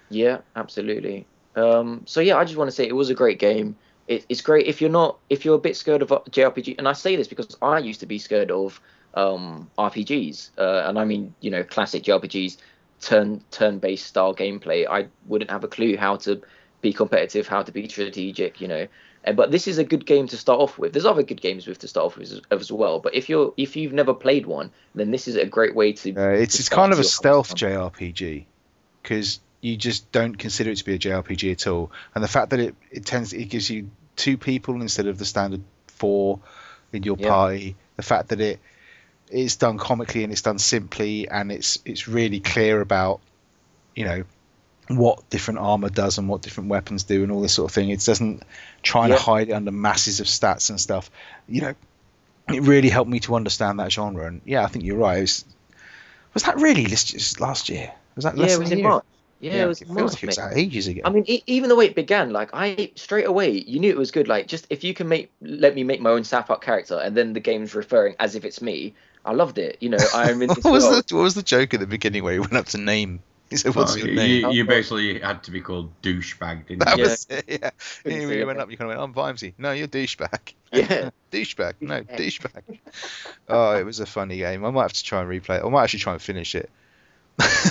Speaker 3: Yeah, absolutely. Um, so yeah, I just want to say it was a great game. It, it's great if you're not, if you're a bit scared of uh, JRPG, and I say this because I used to be scared of um, RPGs, uh, and I mean, you know, classic JRPGs, turn turn-based style gameplay. I wouldn't have a clue how to be competitive, how to be strategic, you know. And, but this is a good game to start off with. There's other good games with to start off with as, as well. But if you're if you've never played one, then this is a great way to.
Speaker 1: Uh, it's
Speaker 3: to
Speaker 1: it's
Speaker 3: start
Speaker 1: kind of a
Speaker 3: your-
Speaker 1: stealth JRPG because you just don't consider it to be a JRPG at all, and the fact that it it tends it gives you two people instead of the standard four in your
Speaker 3: Yeah.
Speaker 1: party, the fact that it it's done comically and it's done simply and it's it's really clear about you know what different armor does and what different weapons do and all this sort of thing. It doesn't try and
Speaker 3: Yeah.
Speaker 1: hide it under masses of stats and stuff. You know, it really helped me to understand that genre. And yeah, I think you're right. It was, was that really lis- just last year? Was that less
Speaker 3: Yeah, it
Speaker 1: than
Speaker 3: was
Speaker 1: a
Speaker 3: in
Speaker 1: year?
Speaker 3: March. Yeah, it was in
Speaker 1: feels like
Speaker 3: March.
Speaker 1: it was
Speaker 3: mate.
Speaker 1: out ages ago.
Speaker 3: I mean, e- even the way it began, like I straight away, you knew it was good. Like, just if you can make, let me make my own South Park character, and then the game's referring as if it's me. I loved it. You know,
Speaker 1: <laughs>
Speaker 3: I'm in this
Speaker 1: what was
Speaker 3: world.
Speaker 1: the what was the joke at the beginning where he went up to name? <laughs> He said, <laughs> "What's
Speaker 2: Well,
Speaker 1: your
Speaker 2: you,
Speaker 1: name?"
Speaker 2: you basically had to be called douchebag,
Speaker 1: <laughs>
Speaker 2: didn't
Speaker 1: That
Speaker 2: you?
Speaker 3: Yeah.
Speaker 1: was it. Yeah,
Speaker 3: Couldn't
Speaker 1: Anyway,
Speaker 3: say
Speaker 1: he
Speaker 3: it.
Speaker 1: went up. You kind of went, "Oh, "I'm Vimesy." No, you're douchebag. <laughs>
Speaker 3: Yeah.
Speaker 1: douchebag. No,
Speaker 3: Yeah.
Speaker 1: douchebag. oh, it was a funny game. I might have to try and replay it. I might actually try and finish it. <laughs>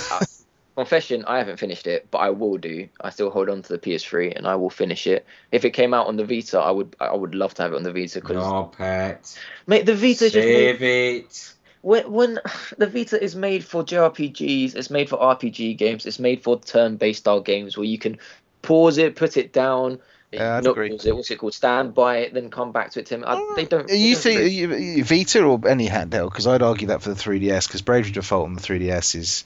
Speaker 3: Confession, I haven't finished it, but I will do. I still hold on to the PS3, and I will finish it. If it came out on the Vita, I would, I would love to have it on the
Speaker 1: <laughs>
Speaker 3: Vita because,
Speaker 2: No, pet.
Speaker 3: mate, the Vita just made-
Speaker 2: Save it.
Speaker 3: when, when <sighs> the Vita is made for JRPGs, it's made for RPG games, it's made for turn-based style games where you can pause it, put it down,
Speaker 1: Yeah, I'd
Speaker 3: No,
Speaker 1: agree. Mm,
Speaker 3: was it, what's it called? Stand by it, then come back to it, Tim. I, they don't. they
Speaker 1: You
Speaker 3: don't
Speaker 1: see,
Speaker 3: really-
Speaker 1: you- you- Vita or any handheld? Because I'd argue that for the 3DS, because Bravery Default on the 3DS is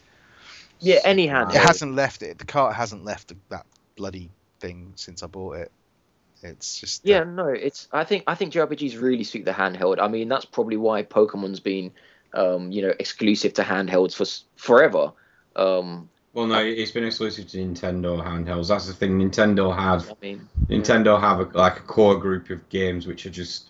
Speaker 3: yeah, any hand.
Speaker 1: it hasn't left it. The cart hasn't left the, that bloody thing since I bought it. It's just uh,
Speaker 3: Yeah, no, it's. I think I think JRPGs really suit the handheld. I mean, that's probably why Pokemon's been, um, you know, exclusive to handhelds for s- forever. Um,
Speaker 2: Well, no, it's been exclusive to Nintendo handhelds. That's the thing. Nintendo have
Speaker 3: I mean,
Speaker 2: Nintendo have a, like a core group of games which are just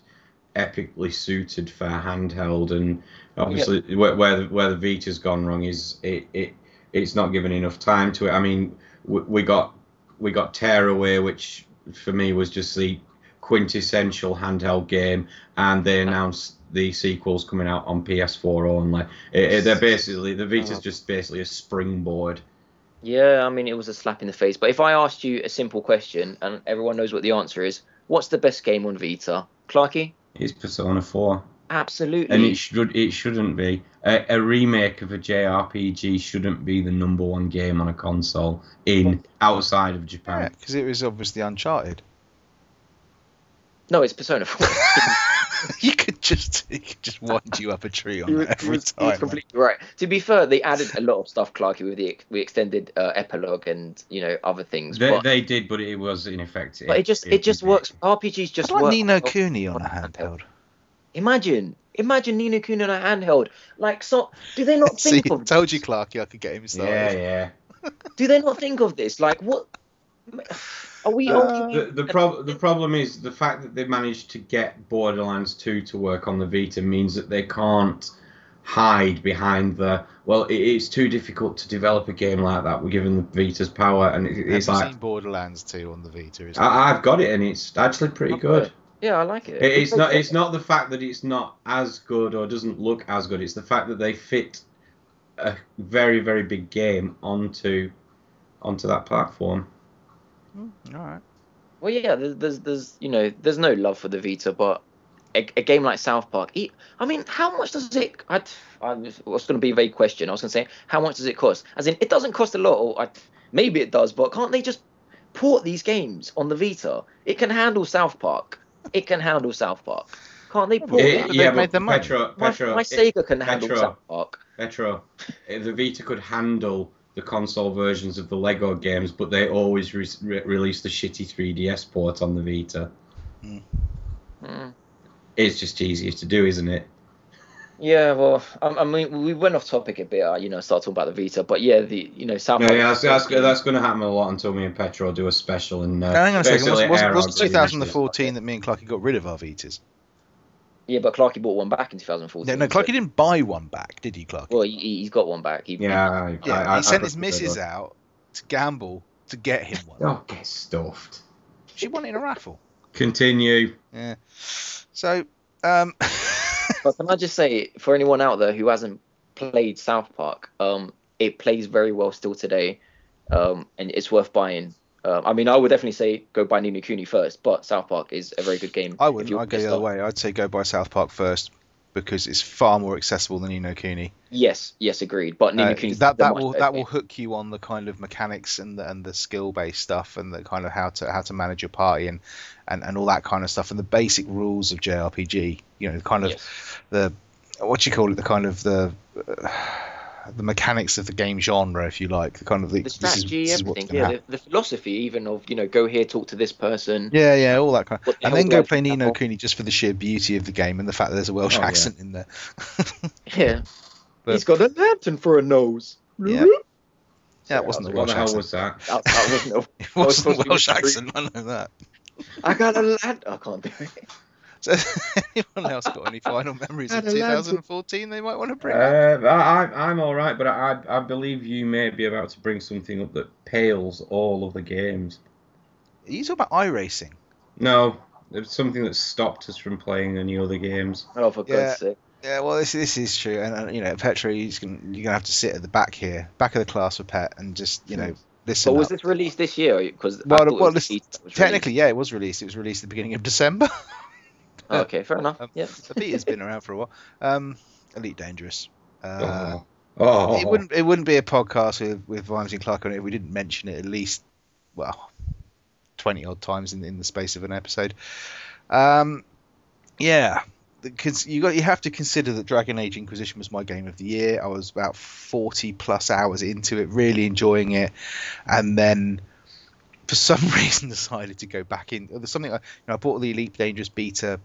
Speaker 2: epically suited for handheld, and obviously where, where the, where the Vita's gone wrong is it, it it's not given enough time to it. I mean, we, we got we got Tearaway, which for me was just the quintessential handheld game, and they announced the sequels coming out on PS4 only. It, it- they're basically the Vita's just basically a springboard.
Speaker 3: yeah, I mean, it was a slap in the face. But if I asked you a simple question and everyone knows what the answer is, what's the best game on Vita, Clarky?
Speaker 2: It's Persona 4.
Speaker 3: Absolutely.
Speaker 2: and it should it shouldn't be a, a remake of a JRPG shouldn't be the number one game on a console in outside of Japan.
Speaker 1: because it was obviously Uncharted. <laughs>
Speaker 3: No, it's Persona 4.
Speaker 1: you could just you could just wind you up a tree
Speaker 3: <laughs>
Speaker 1: on that every
Speaker 3: You're
Speaker 1: time. man.
Speaker 3: completely right. To be fair, they added a lot of stuff, Clarky, with the we extended uh, epilogue and you know other things.
Speaker 2: They,
Speaker 3: but,
Speaker 2: they did, but it was ineffective.
Speaker 3: but it just it just works. RPGs
Speaker 1: I'd
Speaker 3: just
Speaker 1: like
Speaker 3: work.
Speaker 1: Nino
Speaker 3: well.
Speaker 1: Cooney on a handheld.
Speaker 3: Imagine, imagine Nino Kun on a handheld. Like, so do they <laughs> not
Speaker 1: <laughs> See,
Speaker 3: think of?
Speaker 1: told you, Clarky, I could get him started.
Speaker 2: Yeah, yeah.
Speaker 3: Do they not think of this? Like, what? <sighs> Are we?
Speaker 1: Uh,
Speaker 2: the the, prob- the problem is the fact that they managed to get Borderlands 2 to work on the Vita means that they can't hide behind the well. It, it's too difficult to develop a game like that. We're giving the Vita's power, and it,
Speaker 1: Have
Speaker 2: it's
Speaker 1: you
Speaker 2: like Ah.
Speaker 1: seen Borderlands 2 on the Vita? It's
Speaker 2: I, I've got it, and it's actually pretty good.
Speaker 3: yeah, I like it.
Speaker 2: It- It's not. It's not the fact that it's not as good or doesn't look as good. It's the fact that they fit a very very big game onto onto that platform.
Speaker 1: all right.
Speaker 3: Well, yeah, there's, there's, there's, you know, there's no love for the Vita, but a, a game like South Park, e- I mean, how much does it? I, I was going to be a vague question. I was going to say, how much does it cost? As in, it doesn't cost a lot. Or I, maybe it does, but can't they just port these games on the Vita? It can handle South Park. It can handle South Park. Can't they port?
Speaker 1: Well,
Speaker 2: Eh,
Speaker 1: how
Speaker 3: it?
Speaker 1: did
Speaker 2: yeah,
Speaker 1: they make
Speaker 2: but
Speaker 1: their money?
Speaker 2: Petro,
Speaker 3: My,
Speaker 2: Petro,
Speaker 3: my
Speaker 2: it-
Speaker 3: Sega can handle
Speaker 2: Metro.
Speaker 3: South Park.
Speaker 2: Petro, eh, the Vita could handle the console versions of the Lego games, but they always re- re- release the shitty 3DS port on the Vita.
Speaker 3: Mm.
Speaker 2: It's just easier to do, isn't it?
Speaker 3: Yeah, well, I, I mean, we went off topic a bit. Uh, you know, start talking about the Vita, but yeah, the you know South
Speaker 2: No,
Speaker 3: Park.
Speaker 2: yeah, that's that's, that's going to happen a lot until me and Petro do a special and uh,
Speaker 1: Now, hang on a second.
Speaker 2: basically
Speaker 1: Was,
Speaker 2: air
Speaker 1: was,
Speaker 2: our
Speaker 1: was
Speaker 2: grievances.
Speaker 1: 2014 that me and Clarky got rid of our Vitas?
Speaker 3: Yeah, but Clarky bought one back in
Speaker 1: No,
Speaker 3: 2014.
Speaker 1: no,
Speaker 3: so-
Speaker 1: Clarky didn't buy one back, did he, Clarky?
Speaker 3: Well, he, he's got one back. He,
Speaker 2: Yeah, I,
Speaker 1: yeah,
Speaker 2: I,
Speaker 1: he
Speaker 2: I,
Speaker 1: sent
Speaker 2: I
Speaker 1: his missus out to gamble to get him one.
Speaker 2: Oh, get stuffed.
Speaker 1: She won it in a raffle.
Speaker 2: Continue.
Speaker 1: Yeah. So, um, <laughs>
Speaker 3: But can I just say, for anyone out there who hasn't played South Park, um, it plays very well still today, um, and it's worth buying. Um, I mean, I would definitely say go buy Nino Kuni first, but South Park is a very good game.
Speaker 1: I
Speaker 3: if
Speaker 1: wouldn't.
Speaker 3: you're
Speaker 1: I'd go
Speaker 3: pissed
Speaker 1: the other
Speaker 3: off.
Speaker 1: way. I'd say go by South Park first because it's far more accessible than Ino Kuni.
Speaker 3: Yes, yes, agreed. But Nino
Speaker 1: Uh,
Speaker 3: Kuni
Speaker 1: that that will that will hook you on the kind of mechanics and the, and the skill based stuff and the kind of how to how to manage your party and, and, and all that kind of stuff and the basic rules of JRPG. You know, the kind of the what do you call it? The kind of the uh, the mechanics of the game genre, if you like. The kind of the,
Speaker 3: the
Speaker 1: this is-
Speaker 3: strategy,
Speaker 1: this is what's
Speaker 3: everything.
Speaker 1: gonna
Speaker 3: Yeah,
Speaker 1: happen.
Speaker 3: the, the philosophy even of you know go here, talk to this person.
Speaker 1: Yeah, yeah, all that kind of.
Speaker 3: What the
Speaker 1: And
Speaker 3: hell
Speaker 1: then
Speaker 3: do I
Speaker 1: go play
Speaker 3: do now?
Speaker 1: Nino Cooney just for the sheer beauty of the game and the fact that there's a Welsh
Speaker 2: Oh, yeah.
Speaker 1: accent in there. <laughs>
Speaker 3: Yeah.
Speaker 1: But-
Speaker 3: He's got a lantern for a nose.
Speaker 1: Yeah. Yeah, it wasn't the
Speaker 2: What
Speaker 1: Welsh
Speaker 2: the hell
Speaker 1: accent.
Speaker 2: was that?
Speaker 3: That, that wasn't a-
Speaker 1: <laughs> It
Speaker 3: was
Speaker 1: wasn't the
Speaker 3: supposed
Speaker 1: Welsh
Speaker 3: to be the
Speaker 1: accent. I know that.
Speaker 3: I got a lantern. I can't do it. <laughs>
Speaker 1: So, <laughs> anyone else got any final memories of
Speaker 3: Had a lad-
Speaker 1: 2014 they might want to bring up?
Speaker 2: Uh, I, I- I'm all right, but I, I believe you may be about to bring something up that pales all of the games.
Speaker 1: Are you talking about iRacing?
Speaker 2: No, it's something that stopped us from playing any other games.
Speaker 3: Oh, for
Speaker 1: Yeah.
Speaker 3: God's sake.
Speaker 1: Yeah, well, this this is true, and, and you know, Petra, you're just gonna, you're gonna have to sit at the back here, back of the class for Pet, and just you know listen.
Speaker 3: But was
Speaker 1: up.
Speaker 3: this released this year? Because
Speaker 1: Well,
Speaker 3: I thought it
Speaker 1: well,
Speaker 3: was
Speaker 1: this-
Speaker 3: released- it was
Speaker 1: Technically, yeah, it was released. It was released at the beginning of December.
Speaker 3: released. Oh, okay, fair enough.
Speaker 1: Um,
Speaker 3: Yeah.
Speaker 1: the Vita's been around for a while. Um, Elite Dangerous. Uh,
Speaker 2: oh,
Speaker 1: It wouldn't. It wouldn't be a podcast with with Vimes and Clark on it if we didn't mention it at least, well, twenty odd times in, in the space of an episode. Um, yeah, because you got you have to consider that Dragon Age Inquisition was my game of the year. I was about forty plus hours into it, really enjoying it, and then for some <laughs> reason decided to go back in. There's something I, you know, I bought the Elite Dangerous beta.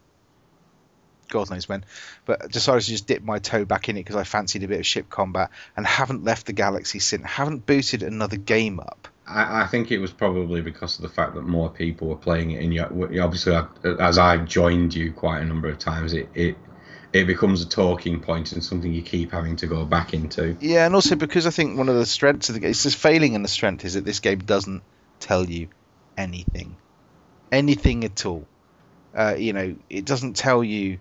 Speaker 1: God knows when, but decided to just dip my toe back in it because I fancied a bit of ship combat and haven't left the galaxy since. Haven't booted another game up.
Speaker 2: I, I think it was probably because of the fact that more people were playing it, and you, you- obviously, I- as I've joined you quite a number of times, it, it it becomes a talking point and something you keep having to go back into.
Speaker 1: Yeah, and also because I think one of the strengths of the game, it's just failing in the strength, is that this game doesn't tell you anything, anything at all. Uh, you know, it doesn't tell you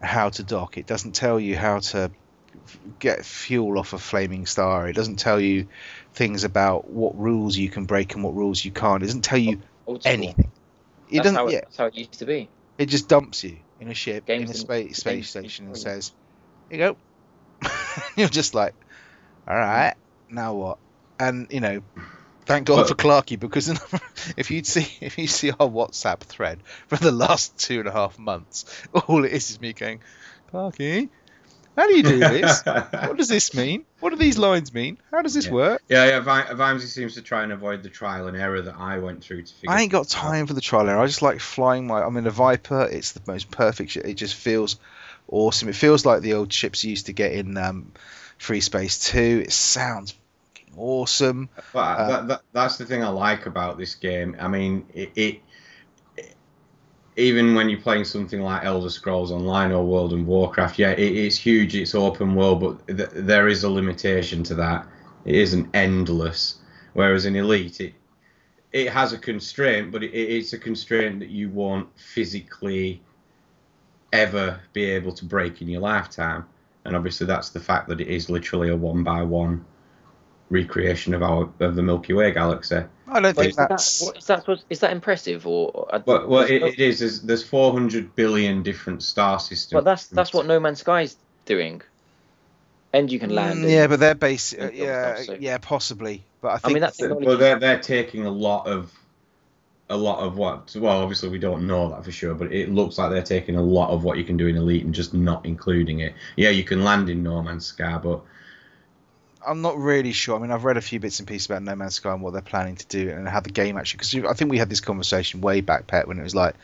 Speaker 1: how to dock. It doesn't tell you how to f- get fuel off a flaming star. It doesn't tell you things about what rules you can break and what rules you can't. It doesn't tell you
Speaker 3: Old school.
Speaker 1: anything. It
Speaker 3: That's,
Speaker 1: doesn't.
Speaker 3: how it,
Speaker 1: yeah,
Speaker 3: that's how it used to be.
Speaker 1: it just dumps you in a ship
Speaker 3: Games
Speaker 1: in a
Speaker 3: in-
Speaker 1: space, space
Speaker 3: games in
Speaker 1: station and
Speaker 3: free.
Speaker 1: says, "Here you go." <laughs> You're just like, "All right, now what?" And you know, thank God for Clarky because <laughs> if you see if you see our WhatsApp thread for the last two and a half months, all it is is me going, "Clarky, how do you do
Speaker 2: <laughs>
Speaker 1: this? what does this mean? What do these lines mean? How does this
Speaker 2: Yeah.
Speaker 1: work?"
Speaker 2: Yeah, yeah. Vi- Vimesy seems to try and avoid the trial and error that I went through to figure.
Speaker 1: I ain't got
Speaker 2: things out.
Speaker 1: time for the trial and error. I just like flying my. I'm in a Viper. It's the most perfect. ship. It just feels awesome. It feels like the old ships you used to get in um, Free Space Two. It sounds fucking awesome.
Speaker 2: But
Speaker 1: Uh,
Speaker 2: that, that, that's the thing I like about this game. I mean, it, it, even when you're playing something like Elder Scrolls Online or World and Warcraft, yeah, it, it's huge, it's open world, but th- there is a limitation to that. It isn't endless. Whereas in Elite, it it has a constraint, but it, it's a constraint that you won't physically ever be able to break in your lifetime. And obviously, that's the fact that it is literally a one by one recreation of our of the Milky Way galaxy.
Speaker 1: I don't think
Speaker 2: Wait, is that-
Speaker 1: that's.
Speaker 3: What, is that supposed- is that impressive or? uh, or- I-
Speaker 2: But well, it,
Speaker 3: no-
Speaker 2: it is. There's, there's 400 billion different star systems.
Speaker 3: But that's that's what No Man's Sky's doing, and you can land.
Speaker 1: Mm,
Speaker 3: and-
Speaker 1: yeah, but they're based.
Speaker 3: and all
Speaker 1: yeah,
Speaker 3: stuff, so-
Speaker 1: yeah, possibly. But I
Speaker 3: I
Speaker 1: think
Speaker 3: mean, that's-
Speaker 2: But they're they're taking a lot of a lot of what. Well, obviously we don't know that for sure, but it looks like they're taking a lot of what you can do in Elite and just not including it. Yeah, you can land in No Man's Sky, but
Speaker 1: I'm not really sure. I mean, I've read a few bits and pieces about No Man's Sky and what they're planning to do and how the game actually. Because I think we had this conversation way back, Pet, when it was like,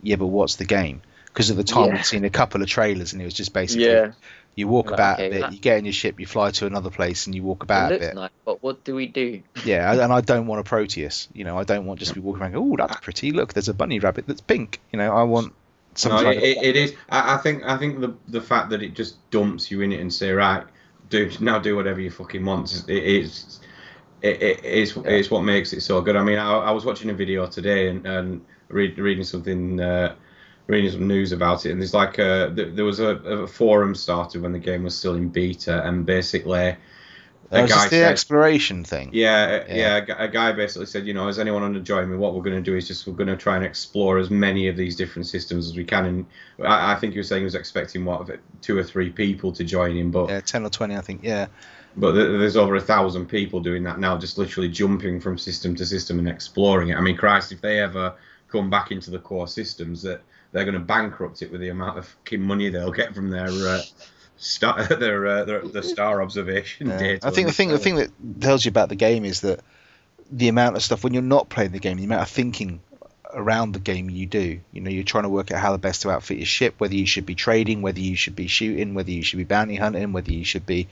Speaker 1: yeah, but what's the game? Because at the time
Speaker 3: Yeah.
Speaker 1: we'd seen a couple of trailers and it was just basically
Speaker 3: yeah,
Speaker 1: You walk
Speaker 3: Like,
Speaker 1: about
Speaker 3: okay,
Speaker 1: a bit,
Speaker 3: that-
Speaker 1: you get in your ship, you fly to another place, and you walk
Speaker 3: it
Speaker 1: about a
Speaker 3: looks
Speaker 1: bit.
Speaker 3: nice. But what do we do?
Speaker 1: Yeah, and- and I don't want a Proteus. You know, I don't want just to be walking around. Oh, that's pretty. Look, there's a bunny rabbit that's pink. You know, I want some.
Speaker 2: no,
Speaker 1: kind
Speaker 2: it,
Speaker 1: of-
Speaker 2: it, it is. I, I think I think the the fact that it just dumps you in it and say right, do now do whatever you fucking want. It is. It, it, it's, it's what makes it so good. I mean, I, I was watching a video today and, and read, reading something, uh, reading some news about it, and there's like a, th- there was a, a forum started when the game was still in beta, and basically,
Speaker 1: Oh, it's just the
Speaker 2: said-
Speaker 1: exploration thing. Yeah.
Speaker 2: yeah, yeah, yeah. a gu- A guy basically said, you know, is anyone want to join me? What we're going to do is just we're going to try and explore as many of these different systems as we can. And I, I think he was saying he was expecting what two or three people to join him, but
Speaker 1: Yeah, ten or twenty, I think. Yeah,
Speaker 2: but th- there's over a thousand people doing that now, just literally jumping from system to system and exploring it. I mean, Christ, if they ever come back into the core systems, that they're going to bankrupt it with the amount of fucking money they'll get from their. Uh, Star, <laughs> their, uh, their, their star <laughs> observation
Speaker 1: yeah.
Speaker 2: data.
Speaker 1: I think the thing, the
Speaker 2: So-
Speaker 1: thing that tells you about the game is that the amount of stuff when you're not playing the game, the amount of thinking around the game you do. You know, you're trying to work out how the best to outfit your ship, whether you should be trading, whether you should be shooting, whether you should be bounty hunting, whether you should be,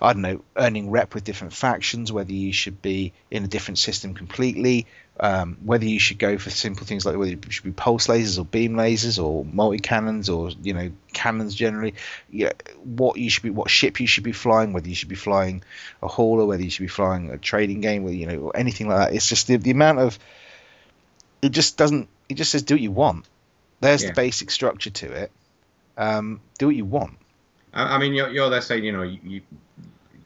Speaker 1: I don't know, earning rep with different factions, whether you should be in a different system completely, um, whether you should go for simple things like whether you should be pulse lasers or beam lasers or multi cannons or you know cannons generally. Yeah, what you should be, what ship you should be flying, whether you should be flying a hauler, whether you should be flying a trading game, whether you know or anything like that. It's just the, the amount of it just doesn't it just says do what you want there's
Speaker 2: Yeah.
Speaker 1: the basic structure to it um, do what you want
Speaker 2: I, I mean, you're, you're there saying, you know, you, you,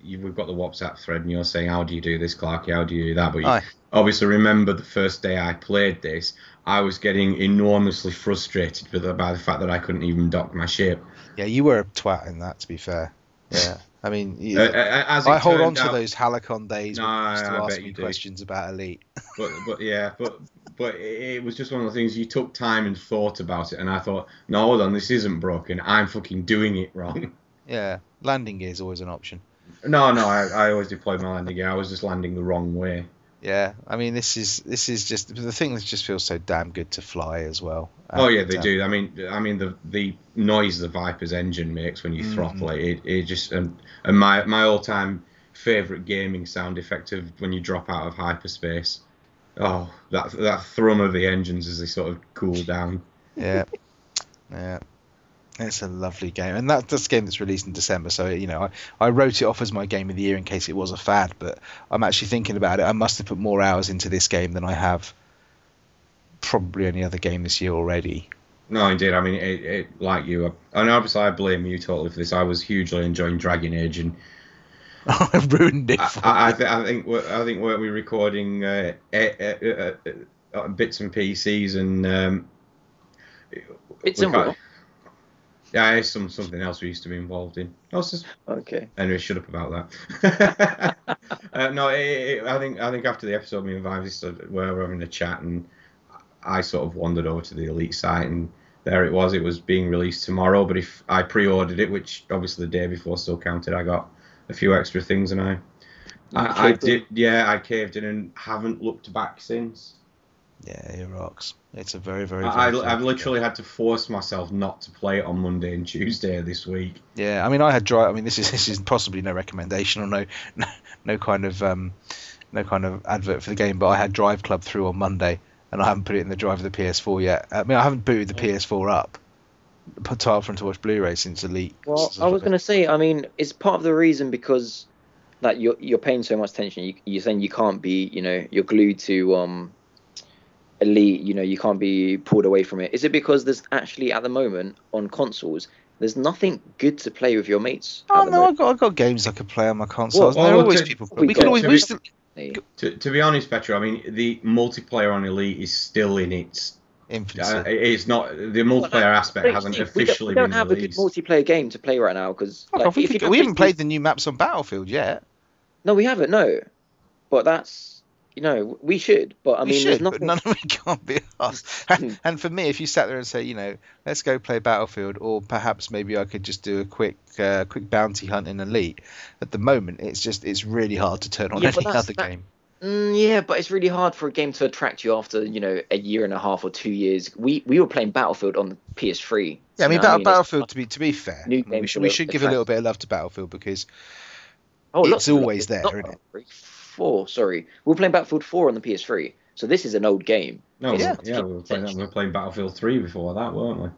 Speaker 2: you we've got the WhatsApp thread, and you're saying, how do you do this, Clarky? How do you do that? But you,
Speaker 1: Aye.
Speaker 2: obviously, remember the first day I played this, I was getting enormously frustrated with, by the fact that I couldn't even dock my ship.
Speaker 1: yeah you were a twat in that to be fair yeah i mean you,
Speaker 2: Uh, uh, as it
Speaker 1: i hold on
Speaker 2: turned
Speaker 1: to
Speaker 2: out-
Speaker 1: those halicon days
Speaker 2: No,
Speaker 1: when you used to
Speaker 2: I
Speaker 1: ask
Speaker 2: bet
Speaker 1: me
Speaker 2: you do.
Speaker 1: questions about elite
Speaker 2: But, but yeah, but but it, it was just one of the things you took time and thought about it, and I thought, no, hold on, this isn't broken. I'm fucking doing it wrong. <laughs>
Speaker 1: Yeah, landing gear is always an option.
Speaker 2: No, no, I, I always deployed my landing gear. I was just landing the wrong way.
Speaker 1: Yeah, I mean this is this is just the thing that just feels so damn good to fly as well.
Speaker 2: Oh yeah,
Speaker 1: And,
Speaker 2: they
Speaker 1: uh,
Speaker 2: do. I mean, I mean the the noise the Viper's engine makes when you
Speaker 1: Mm.
Speaker 2: throttle it, it, it just and, and my my all time favorite gaming sound effect of when you drop out of hyperspace. Oh, that that thrum of the engines as they sort of cool down.
Speaker 1: Yeah, yeah. It's a lovely game, and that, that's a game that's released in December. So you know, I, I wrote it off as my game of the year in case it was a fad, but I'm actually thinking about it. I must have put more hours into this game than I have probably any other game this year already.
Speaker 2: No, indeed. I mean, it, it like you, uh, and obviously I blame you totally for this. I was hugely enjoying Dragon Age, and
Speaker 1: <laughs> I've ruined it.
Speaker 2: I,
Speaker 1: For
Speaker 2: I, I, th- I think we're- I think weren't we recording uh, eh, eh, eh, eh, eh, bits and PCs and um,
Speaker 3: Bits
Speaker 2: we
Speaker 3: and
Speaker 2: can't-
Speaker 3: what?
Speaker 2: Yeah, it's some something else we used to be involved in. I was just
Speaker 3: Okay.
Speaker 2: anyway, shut up about that. <laughs> uh, no, it, it, I think I think after the episode, me and Vives just, uh, were having a chat, and I sort of wandered over to the Elite site, and there it was. It was being released tomorrow, but if I pre-ordered it, which obviously the day before still counted, I got a few extra things, and I. I, I
Speaker 3: caved in.
Speaker 2: did, yeah. I caved in and haven't looked back since.
Speaker 1: yeah, it rocks. It's a very, very.
Speaker 2: I,
Speaker 1: very
Speaker 2: I, I've
Speaker 1: fun
Speaker 2: literally had to force myself not to play it on Monday and Tuesday this week.
Speaker 1: Yeah, I mean, I had dry. I mean, this is <laughs> this is possibly no recommendation or no no, no kind of um, no kind of advert for the game, but I had Drive Club through on Monday, and I haven't put it in the drive of the PS4 yet. I mean, I haven't booted the PS4 up, put apart from to watch Blu-ray since Elite.
Speaker 3: Well,
Speaker 1: since
Speaker 3: I was going to say, I mean, it's part of the reason because like you're you're paying so much attention. You, you're saying you can't be, you know, you're glued to um elite. You know, you can't be pulled away from it. Is it because there's actually at the moment on consoles, there's nothing good to play with your mates?
Speaker 1: Oh
Speaker 3: at the
Speaker 1: no, I
Speaker 3: moment?
Speaker 1: got I got games I could play on my consoles.
Speaker 2: Well,
Speaker 1: there are
Speaker 2: well,
Speaker 1: always
Speaker 2: to-
Speaker 1: people.
Speaker 3: we
Speaker 1: We could
Speaker 3: got
Speaker 1: always
Speaker 2: to-
Speaker 1: we used to-
Speaker 2: To, to be honest, Petro, I mean the multiplayer on Elite is still in its.
Speaker 1: infancy.
Speaker 2: Uh, it's not the multiplayer aspect hasn't
Speaker 3: we don't,
Speaker 2: officially
Speaker 3: we don't
Speaker 2: been
Speaker 3: have
Speaker 2: released.
Speaker 3: a good multiplayer game to play right now because
Speaker 1: Fuck off, we, could- we haven't played the new maps on Battlefield yet.
Speaker 3: No, we haven't. No, but that's you know we should. But I
Speaker 1: we
Speaker 3: mean,
Speaker 1: should,
Speaker 3: there's
Speaker 1: but
Speaker 3: nothing.
Speaker 1: none of it <laughs> can't be us. And, and for me, if you sat there and say, you know, let's go play Battlefield, or perhaps maybe I could just do a quick, uh, quick bounty hunt in Elite. At the moment, it's just it's really hard to turn on
Speaker 3: Yeah,
Speaker 1: any
Speaker 3: but that's-
Speaker 1: other
Speaker 3: that-
Speaker 1: game.
Speaker 3: Mm, yeah, but it's really hard for a game to attract you after you know a year and a half or two years. We we were playing Battlefield on the PS3.
Speaker 1: Yeah, I mean,
Speaker 3: You know what
Speaker 1: Battle,
Speaker 3: It's-
Speaker 1: Battlefield. To be to be fair,
Speaker 3: New
Speaker 1: I mean, we
Speaker 3: games
Speaker 1: should
Speaker 3: will
Speaker 1: we should give a little
Speaker 3: attract-
Speaker 1: bit of love to Battlefield because
Speaker 3: oh,
Speaker 1: it's
Speaker 3: lots of-
Speaker 1: always there,
Speaker 3: not
Speaker 1: isn't it?
Speaker 3: Battlefield Four, sorry, we were playing Battlefield Four on the PS3, so this is an old game.
Speaker 2: no,
Speaker 3: Yeah.
Speaker 2: yeah, yeah, we were playing, that- we were playing Battlefield Three before that, weren't we?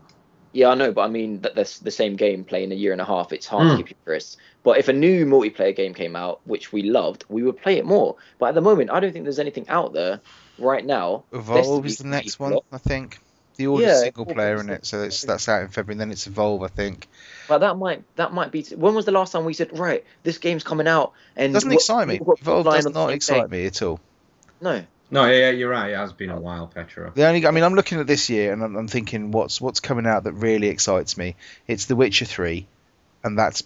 Speaker 3: Yeah, I know, but I mean that that's the same game playing a year and a half. It's hard
Speaker 2: Hmm.
Speaker 3: to keep your interest. But if a new multiplayer game came out, which we loved, we would play it more. But at the moment, I don't think there's anything out there right now.
Speaker 1: Evolve
Speaker 3: Destiny
Speaker 1: is the next
Speaker 3: 3
Speaker 1: one,
Speaker 3: lot.
Speaker 1: I think. The order
Speaker 3: Yeah,
Speaker 1: single
Speaker 3: Evolve
Speaker 1: player
Speaker 3: is
Speaker 1: in
Speaker 3: the-
Speaker 1: it, so it's, that's out in February. And then it's Evolve, I think.
Speaker 3: But that might that might be. When was the last time we said right? This game's coming out and
Speaker 1: Doesn't
Speaker 3: what-
Speaker 1: excite me.
Speaker 3: we've got
Speaker 1: Evolve
Speaker 3: Blind
Speaker 1: does
Speaker 3: on the
Speaker 1: not
Speaker 3: same
Speaker 1: excite me at all.
Speaker 3: day? No.
Speaker 2: No, yeah, yeah, you're right. It has been a while, Petro.
Speaker 1: The only, I mean, I'm looking at this year and I'm, I'm thinking, what's what's coming out that really excites me? It's The Witcher Three, and that's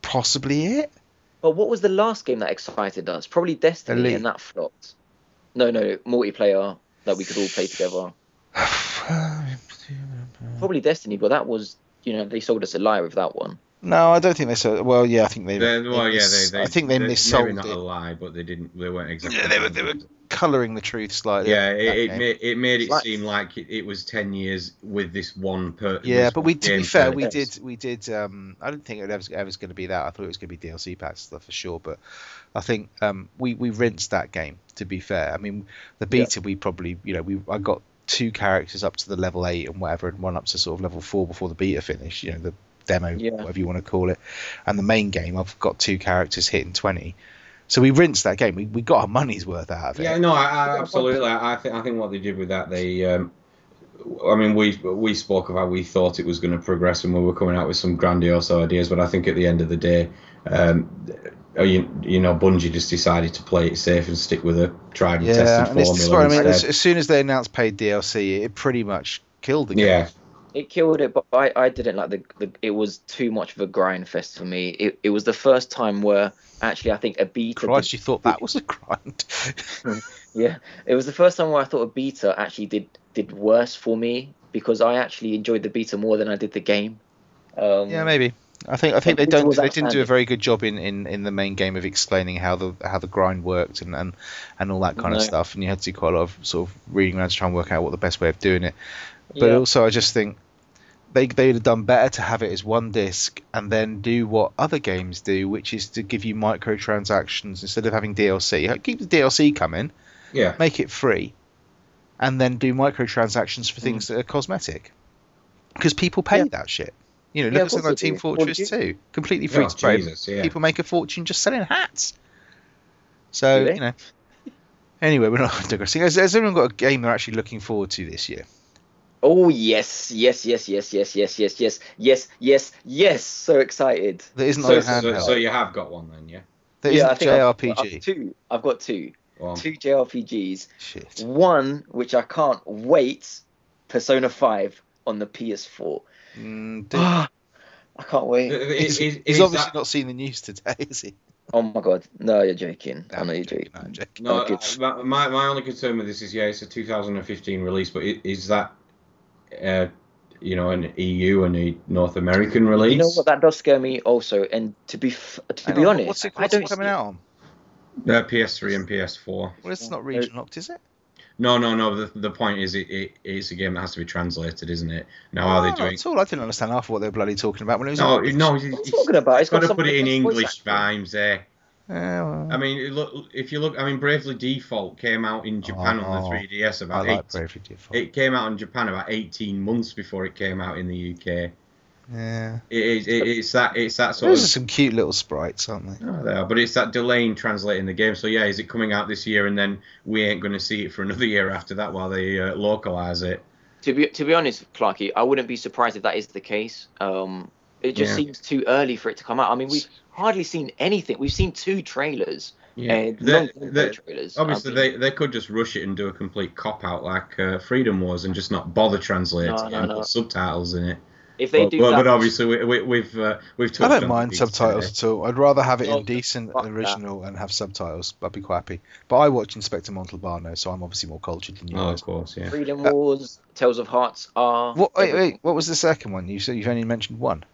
Speaker 1: possibly it. <sighs>
Speaker 3: But what was the last game that excited us? Probably Destiny,
Speaker 1: Elite.
Speaker 3: and that flopped. No, no, multiplayer that we could all play together. Probably Destiny, but that was you know they sold us a lie with that one.
Speaker 1: no, I don't think they sold. Well, yeah, I think they.
Speaker 2: They, well,
Speaker 1: they
Speaker 2: yeah, they,
Speaker 1: mis-
Speaker 2: they,
Speaker 1: I think they
Speaker 2: maybe
Speaker 1: missold
Speaker 2: not a
Speaker 1: it,
Speaker 2: lie, but they didn't. They weren't exactly.
Speaker 1: Yeah, they were- they were- colouring the truth slightly.
Speaker 2: Yeah,
Speaker 1: that
Speaker 2: it, it,
Speaker 1: game.
Speaker 2: made, it made it
Speaker 3: Like-
Speaker 2: seem like it, it was ten years with this one per.
Speaker 1: Yeah,
Speaker 2: this
Speaker 1: but we
Speaker 2: one
Speaker 1: to be
Speaker 2: game
Speaker 1: fair,
Speaker 2: per
Speaker 1: we
Speaker 2: case.
Speaker 1: did we did. Um, I didn't think it was ever going to be that. I thought it was going to be DLC packs and stuff for sure. But I think um, we we rinsed that game. To be fair, I mean the
Speaker 3: Yeah.
Speaker 1: beta we probably you know we I got two characters up to the level eight and whatever, and one up to sort of level four before the beta finished. You know the demo,
Speaker 3: Yeah.
Speaker 1: whatever you want to call it, and the main game. I've got two characters hitting twenty, so we rinsed that game. We we got our money's worth out of it.
Speaker 2: Yeah, no, I, I absolutely. I I think I think what they did with that, they, um, I mean, we we spoke of how we thought it was going to progress, and we were coming out with some grandiose ideas. But I think at the end of the day, um, uh, you you know, Bungie just decided to play it safe and stick with a tried and
Speaker 1: Yeah,
Speaker 2: tested
Speaker 1: and it's
Speaker 2: formula
Speaker 1: just what I mean. As,
Speaker 2: instead.
Speaker 1: as soon as they announced paid DLC, it pretty much killed the game.
Speaker 2: Yeah,
Speaker 3: it killed it, but I, I didn't like the, the it was too much of a grind fest for me. It, it was the first time where actually I think a beta did-
Speaker 1: Christ, you thought <laughs> that was a grind.
Speaker 3: yeah it was the first time where I thought a beta actually did did worse for me because I actually enjoyed the beta more than I did the game. Um,
Speaker 1: yeah, maybe. I think I think
Speaker 3: But
Speaker 1: they
Speaker 3: it
Speaker 1: don't
Speaker 3: was
Speaker 1: they didn't do a
Speaker 3: outstanding.
Speaker 1: very good job in, in, in the main game of explaining how the how the grind worked and, and, and all that kind of
Speaker 3: No.
Speaker 1: stuff and you had to do quite a lot of sort of reading around to try and work out what the best way of doing it. But
Speaker 3: Yeah.
Speaker 1: also I just think they they would have done better to have it as one disc and then do what other games do, which is to give you microtransactions instead of having DLC. Keep the DLC coming,
Speaker 2: Yeah.
Speaker 1: make it free, and then do microtransactions for things that are cosmetic. Because people pay
Speaker 3: Hmm. Yeah.
Speaker 1: that shit. You know,
Speaker 3: Yeah,
Speaker 1: look
Speaker 3: of
Speaker 1: at something
Speaker 3: course
Speaker 1: like
Speaker 3: they
Speaker 1: Team
Speaker 3: do.
Speaker 1: Fortress
Speaker 3: Well,
Speaker 1: 2. Completely free
Speaker 2: Oh,
Speaker 1: to play.
Speaker 2: Jesus, yeah.
Speaker 1: People make a fortune just selling hats. So,
Speaker 3: Do they?
Speaker 1: you know. Anyway, we're not <laughs> digressing. Has, has everyone got a game they're actually looking forward to this year?
Speaker 3: Oh yes, yes, yes, yes, yes, yes, yes, yes, yes, yes, yes. So excited.
Speaker 1: That isn't
Speaker 2: So,
Speaker 1: on
Speaker 2: so-
Speaker 1: handheld.
Speaker 2: so you have got one then, yeah?
Speaker 1: that
Speaker 3: yeah, I
Speaker 1: isn't
Speaker 3: think I've-
Speaker 1: JRPG.
Speaker 3: I've, two. I've got two.
Speaker 2: Well,
Speaker 3: Two JRPGs.
Speaker 1: Shit.
Speaker 3: One which I can't wait. Persona Five on the PS4.
Speaker 1: Mm, dude.
Speaker 3: <gasps> I can't wait.
Speaker 1: He's,
Speaker 2: is, is,
Speaker 1: he's
Speaker 2: is
Speaker 1: obviously
Speaker 2: that-
Speaker 1: not seen the news today, is he?
Speaker 3: Oh my god. No, you're joking. I know
Speaker 1: I'm
Speaker 3: you're
Speaker 1: joking,
Speaker 3: joking.
Speaker 1: I'm joking.
Speaker 2: No,
Speaker 3: Okay.
Speaker 2: uh, my, my only concern with this is yeah, it's a 2015 release, but i- is that uh, you know an EU and a North American release?
Speaker 3: You know what? That does scare me also. And to be f- to
Speaker 1: Hang
Speaker 3: be
Speaker 1: on,
Speaker 3: honest,
Speaker 1: what's it,
Speaker 3: I
Speaker 1: what's it
Speaker 3: don't
Speaker 1: coming
Speaker 3: see-
Speaker 1: out on?
Speaker 2: Uh, PS3 and PS4.
Speaker 1: Well, it's
Speaker 3: Yeah.
Speaker 1: not region locked, is it?
Speaker 2: No, no, no. The, the point is, it, it it's a game that has to be translated, isn't it? Now are
Speaker 1: No,
Speaker 2: Oh, they
Speaker 1: not
Speaker 2: doing?
Speaker 1: at Ah, all. I didn't understand half of what they were bloody talking about when it was.
Speaker 2: No,
Speaker 1: on.
Speaker 2: it- no. you-
Speaker 3: What are you
Speaker 2: you-
Speaker 3: talking about? It's
Speaker 2: Got to
Speaker 3: some
Speaker 2: put it in
Speaker 3: voice
Speaker 2: English
Speaker 3: acting.
Speaker 2: times, eh?
Speaker 1: Yeah, well,
Speaker 2: I mean, it look, if you look, I mean, Bravely Default came out in Japan on
Speaker 1: Oh,
Speaker 2: the 3DS
Speaker 1: I
Speaker 2: about
Speaker 1: like
Speaker 2: eight.
Speaker 1: Bravely Default.
Speaker 2: It came out in Japan about 18 months before it came out in the UK.
Speaker 1: yeah,
Speaker 2: It is, it, it's that, it's that sort
Speaker 1: those
Speaker 2: of.
Speaker 1: are some cute little sprites, aren't they?
Speaker 2: <laughs> Oh, they are. But it's that delaying translating the game. So yeah, is it coming out this year and then we ain't going to see it for another year after that while they uh, localize it?
Speaker 3: To be to be honest, Clarky, I wouldn't be surprised if that is the case. Um, it just
Speaker 2: Yeah.
Speaker 3: seems too early for it to come out. I mean, we've hardly seen anything. We've seen two trailers,
Speaker 2: Yeah.
Speaker 3: and
Speaker 2: They-
Speaker 3: long
Speaker 2: they-
Speaker 3: trailers.
Speaker 2: obviously,
Speaker 3: I
Speaker 2: they, they could just rush it and do a complete cop out like uh, Freedom Wars and just not bother translating
Speaker 3: No,
Speaker 2: it
Speaker 3: no,
Speaker 2: and
Speaker 3: no.
Speaker 2: put subtitles in it.
Speaker 3: if they
Speaker 2: but,
Speaker 3: do
Speaker 2: well,
Speaker 3: that,
Speaker 2: but obviously, we, we, we've uh, we've
Speaker 1: I
Speaker 2: touched
Speaker 1: don't
Speaker 2: on
Speaker 1: mind
Speaker 2: these
Speaker 1: subtitles
Speaker 2: today.
Speaker 1: at all. I'd rather have it
Speaker 3: Oh,
Speaker 1: in decent
Speaker 3: fuck that.
Speaker 1: original and have subtitles. I'd be quite happy. But I watch Inspector Montalbano, so I'm obviously more cultured than you.
Speaker 2: Oh,
Speaker 1: guys.
Speaker 2: of course, yeah.
Speaker 3: Freedom
Speaker 1: uh,
Speaker 3: Wars, Tales of Hearts are
Speaker 1: What? Wait, wait, what was the second one? You said you've only mentioned one.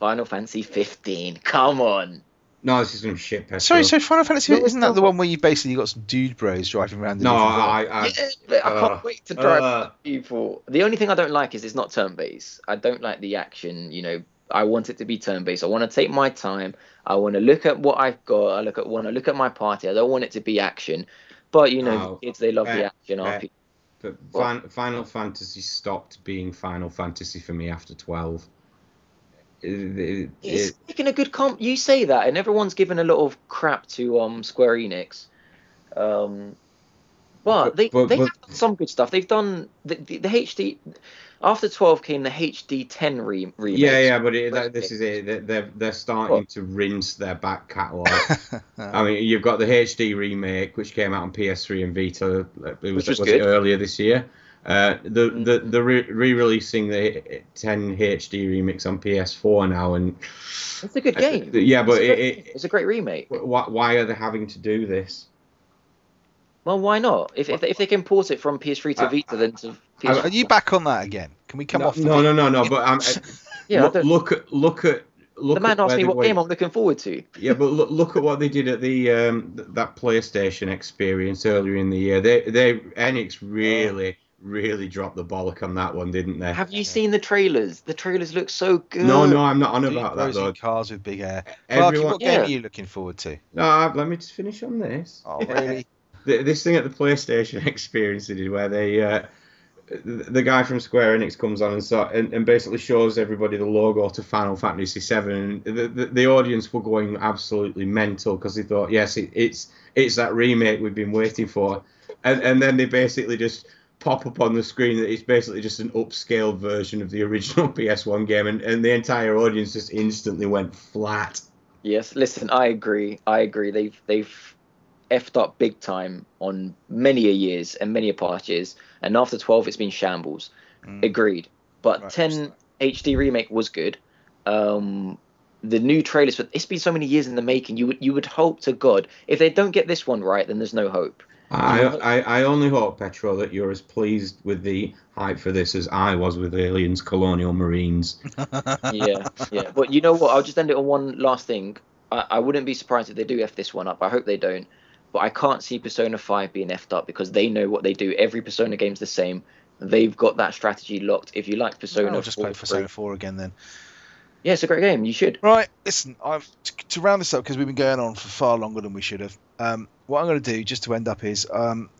Speaker 3: Final Fantasy 15. Come on.
Speaker 2: No, this is some shit. Petro.
Speaker 1: Sorry, so Final Fantasy
Speaker 3: No, it's
Speaker 1: isn't that the
Speaker 3: not.
Speaker 1: one where you basically got some dude bros driving around? in
Speaker 2: No,
Speaker 1: different vehicles?
Speaker 2: I, I,
Speaker 3: yeah, but I
Speaker 2: uh,
Speaker 3: can't wait to drive
Speaker 2: uh.
Speaker 3: people. The only thing I don't like is it's not turn based. I don't like the action. You know, I want it to be turn based. I want to take my time. I want to look at what I've got. I look at want to look at my party. I don't want it to be action. But you know,
Speaker 2: Oh,
Speaker 3: the kids they love the
Speaker 2: fair,
Speaker 3: action
Speaker 2: fair.
Speaker 3: RPG.
Speaker 2: But
Speaker 3: Well- uh,
Speaker 2: fin- Final Fantasy stopped being Final Fantasy for me after 12. It- it-
Speaker 3: It's
Speaker 2: it-
Speaker 3: making a good comp. You say that, and everyone's giving a lot of crap to um Square Enix. Um, but
Speaker 2: But-
Speaker 3: they
Speaker 2: but-
Speaker 3: they
Speaker 2: but-
Speaker 3: have done some good stuff. They've done the, the, the HD. After twelve came the HD ten re- remake.
Speaker 2: yeah, yeah, but it, that, this is it. They- They're, they're starting
Speaker 3: What?
Speaker 2: to rinse their back catalogue. I mean, you've got the HD remake, which came out on PS3 and Vita. uh, It was,
Speaker 3: Which was
Speaker 2: it
Speaker 3: good.
Speaker 2: earlier this year. Uh, the
Speaker 3: Mm.
Speaker 2: the, the re- re-releasing the 10 HD remix on PS4 now, and uh,
Speaker 3: It's a good game.
Speaker 2: yeah, but
Speaker 3: it's, a
Speaker 2: it,
Speaker 3: great-
Speaker 2: it,
Speaker 3: it's a great remake.
Speaker 2: why, why are they having to do this?
Speaker 3: Well, why not? If if they, if they can port it from PS3 to
Speaker 2: I-
Speaker 3: Vita, then to
Speaker 1: Oh. Are
Speaker 3: PS4.
Speaker 1: you back on that again? Can we come
Speaker 2: no,
Speaker 1: off? the
Speaker 2: no, no, no, no, But I'm,
Speaker 1: <laughs>
Speaker 3: yeah, I
Speaker 2: look,
Speaker 3: don't-
Speaker 2: look at look at look
Speaker 3: the man
Speaker 2: at
Speaker 3: asked
Speaker 2: where
Speaker 3: me
Speaker 2: they
Speaker 3: what
Speaker 2: were-
Speaker 3: game I'm looking forward to.
Speaker 2: Yeah, but look, look at what they did at the um, th- that PlayStation experience earlier in the year. They they Enix really really dropped the bollock on that one, didn't they?
Speaker 3: Have you seen the trailers? The trailers look so good.
Speaker 2: no, no, I'm not on
Speaker 1: dude
Speaker 2: about that
Speaker 1: bros in
Speaker 2: though.
Speaker 1: cars with big hair. Clarky,
Speaker 2: Everyone,
Speaker 1: what game
Speaker 3: Yeah.
Speaker 1: are you looking forward to?
Speaker 2: no, I- let me just finish on this.
Speaker 1: <laughs> Oh, really?
Speaker 2: Th- This thing at the PlayStation <laughs> experience they did where they. Uh, th- the guy from Square Enix comes on and, so, and and basically shows everybody the logo to Final Fantasy VII, and the, the, the audience were going absolutely mental because they thought, yes, it, it's it's that remake we've been waiting for, and and then they basically just pop up on the screen that it's basically just an upscale version of the original <laughs> PS1 game, and, and the entire audience just instantly went flat.
Speaker 3: Yes, listen, I agree. I agree. They've they've effed up big time on many a years and many a past years. And after twelve, it's been shambles.
Speaker 2: Hmm.
Speaker 3: <laughs>
Speaker 1: Mm.
Speaker 3: Agreed. But
Speaker 1: Right,
Speaker 3: 10 HD remake was good. Um, the new trailers, but it's been so many years in the making. You would you would hope to God if they don't get this one right, then there's no hope.
Speaker 4: You
Speaker 2: I,
Speaker 4: know-
Speaker 2: I, I only hope, Petro, that you're as pleased with the hype for this as I was with Aliens Colonial Marines.
Speaker 3: yeah, yeah. But you know what? I'll just end it on one last thing. I, I wouldn't be surprised if they do f this one up. I hope they don't. But I can't see Persona Five being effed up because they know what they do. Every Persona game's the same. They've got that strategy locked. If you like Persona,
Speaker 1: I'll just
Speaker 3: 4
Speaker 1: play Persona 4 again then.
Speaker 3: Yeah, it's a great game. You should.
Speaker 1: Right, listen, I've to, to round this up because we've been going on for far longer than we should have. Um, what I'm going to do just to end up is um,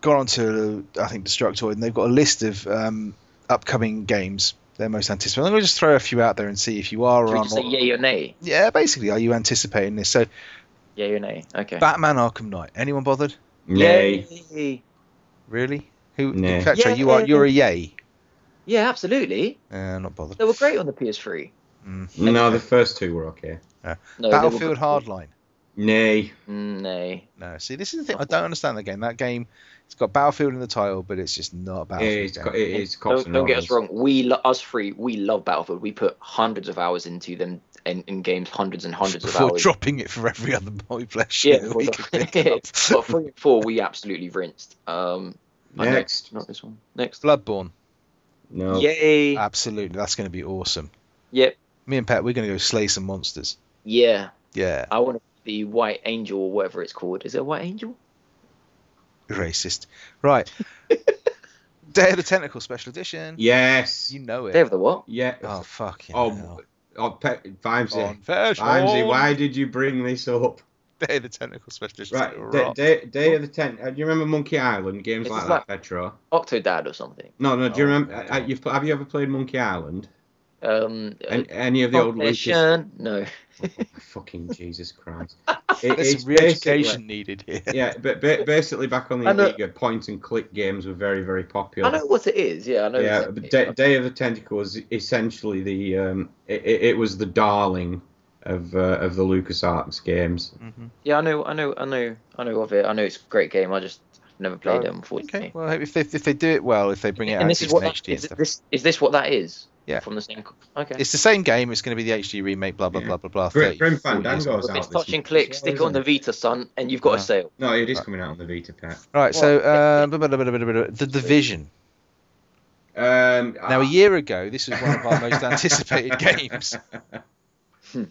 Speaker 1: gone on to I think Destructoid and they've got a list of um, upcoming games they're most anticipated. I'm going to just throw a few out there and see if you are
Speaker 3: Should
Speaker 1: or
Speaker 3: we
Speaker 1: are
Speaker 3: just say
Speaker 1: not.
Speaker 3: yay or nay?
Speaker 1: Yeah, basically, are you anticipating this? So,
Speaker 3: Yay or nay? Okay.
Speaker 1: Batman Arkham Knight. Anyone bothered?
Speaker 2: Yay.
Speaker 3: Yay.
Speaker 1: Really? Who?
Speaker 2: Nah.
Speaker 1: Petro, you are you're a yay.
Speaker 3: Yeah, absolutely.
Speaker 1: Uh, not bothered.
Speaker 3: They were great on the PS3.
Speaker 2: No, the first two were okay.
Speaker 3: No, they were
Speaker 1: Battlefield
Speaker 3: good.
Speaker 1: Hardline.
Speaker 2: Nay.
Speaker 3: Mm, Nay.
Speaker 1: No, see, this is the thing. I don't understand that game. That game, it's got Battlefield in the title, but it's just not a Battlefield.
Speaker 2: It's,
Speaker 1: game.
Speaker 2: co-
Speaker 1: <laughs>
Speaker 2: it- it's cops
Speaker 3: Don't,
Speaker 2: and
Speaker 3: don't get us
Speaker 2: robbers.
Speaker 3: wrong. We lo- us three, we love Battlefield. We put hundreds of hours into them in, in games, hundreds
Speaker 2: <laughs>
Speaker 3: and hundreds
Speaker 1: before
Speaker 3: of hours.
Speaker 1: dropping it for every other multiplayer
Speaker 3: yeah,
Speaker 1: shit
Speaker 3: before
Speaker 1: we
Speaker 3: the-
Speaker 1: could pick up.
Speaker 3: <laughs>
Speaker 2: <laughs>
Speaker 3: but three and four, we absolutely rinsed. Um, but no,
Speaker 2: Next.
Speaker 3: not this one.
Speaker 1: <laughs>
Speaker 3: Next,
Speaker 1: Bloodborne,
Speaker 2: No. Uh,
Speaker 3: yay!
Speaker 1: absolutely, that's going to be awesome.
Speaker 3: Yep,
Speaker 1: Me and Pat, we're going to go slay some monsters.
Speaker 3: yeah.
Speaker 1: Yeah,
Speaker 3: I want the White Angel or whatever it's called. Is it a White Angel?
Speaker 1: racist.
Speaker 2: <laughs>
Speaker 1: Right, Day of the Tentacle Special Edition.
Speaker 2: Yes.
Speaker 1: You know it.
Speaker 3: They have the what?
Speaker 2: Yeah.
Speaker 1: Oh
Speaker 2: Oh,
Speaker 1: fucking
Speaker 2: oh,
Speaker 1: hell.
Speaker 2: Pe- Vimesy.
Speaker 1: On version.
Speaker 3: Oh.
Speaker 2: Vimesy, why did you bring this up?
Speaker 1: Day of the Tentacle Special Edition.
Speaker 2: Right, day,
Speaker 1: Rock.
Speaker 2: day, day of the Ten. Uh, do you remember Monkey Island games
Speaker 3: This
Speaker 2: like
Speaker 3: is
Speaker 2: that, Petro?
Speaker 3: Octodad or something.
Speaker 2: No, no. Do you
Speaker 1: Oh,
Speaker 2: remember?
Speaker 1: God.
Speaker 2: Uh, uh, you've, pl- have you ever played Monkey Island?
Speaker 3: Um, uh,
Speaker 2: An- any of the old Lucas?
Speaker 3: Competition? No.
Speaker 2: Fucking Jesus
Speaker 3: <laughs>
Speaker 2: Christ!
Speaker 1: There's some re-education needed here. <laughs>
Speaker 2: basically- Yeah, but ba- basically back on the
Speaker 3: I know-
Speaker 2: Amiga, point and click games were very, very
Speaker 3: I
Speaker 2: popular.
Speaker 3: know what it is. Yeah, I know.
Speaker 2: yeah,
Speaker 3: exactly.
Speaker 2: but Day, Day of the Tentacle was essentially the um, it, it it was the darling of uh, of the LucasArts games.
Speaker 1: Mhm.
Speaker 3: Yeah, I know, I know, I know, I know of it. I know it's a great game. I just never
Speaker 2: Oh,
Speaker 3: played it, unfortunately.
Speaker 1: Okay. Well, if they, if they do it well, if they bring it out
Speaker 3: and this
Speaker 1: in
Speaker 3: is what
Speaker 1: HD
Speaker 3: that,
Speaker 1: and
Speaker 3: is,
Speaker 1: stuff,
Speaker 3: this is this what that is?
Speaker 1: Yeah.
Speaker 3: From the same. co- Okay.
Speaker 1: it's the same game. It's going to be the HD remake. Blah blah
Speaker 2: Yeah.
Speaker 1: blah blah blah.
Speaker 2: Grim,
Speaker 1: 30, 40
Speaker 2: Grim
Speaker 1: years
Speaker 2: Fandango's
Speaker 3: If
Speaker 2: out.
Speaker 3: it's
Speaker 2: this
Speaker 3: touch and
Speaker 2: month as
Speaker 3: click,
Speaker 2: well,
Speaker 3: stick it
Speaker 2: isn't
Speaker 3: on the Vita, son, and you've got
Speaker 1: Yeah.
Speaker 3: a sale.
Speaker 2: No, it is coming out on the Vita Pet.
Speaker 1: Right, so
Speaker 3: Well,
Speaker 1: uh, blah, blah, blah, blah, blah, blah, the Division.
Speaker 2: Um,
Speaker 1: Now,
Speaker 2: ah,
Speaker 1: a year ago, this was one of our
Speaker 2: <laughs>
Speaker 1: most anticipated games.
Speaker 2: Hmm.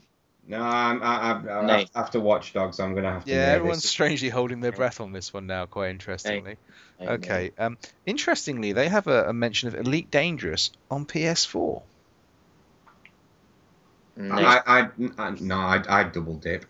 Speaker 2: No, I'm, I, I, I,
Speaker 3: Nay.
Speaker 2: after Watch Dogs, I'm gonna have to.
Speaker 1: Yeah,
Speaker 2: nay
Speaker 1: everyone's
Speaker 2: this.
Speaker 1: strangely holding their breath on this one now, quite interestingly.
Speaker 3: Amen.
Speaker 1: Okay, um, interestingly, they have a, a mention of Elite Dangerous on PS4.
Speaker 3: Nice.
Speaker 2: I, I, I, no, I, I double dip.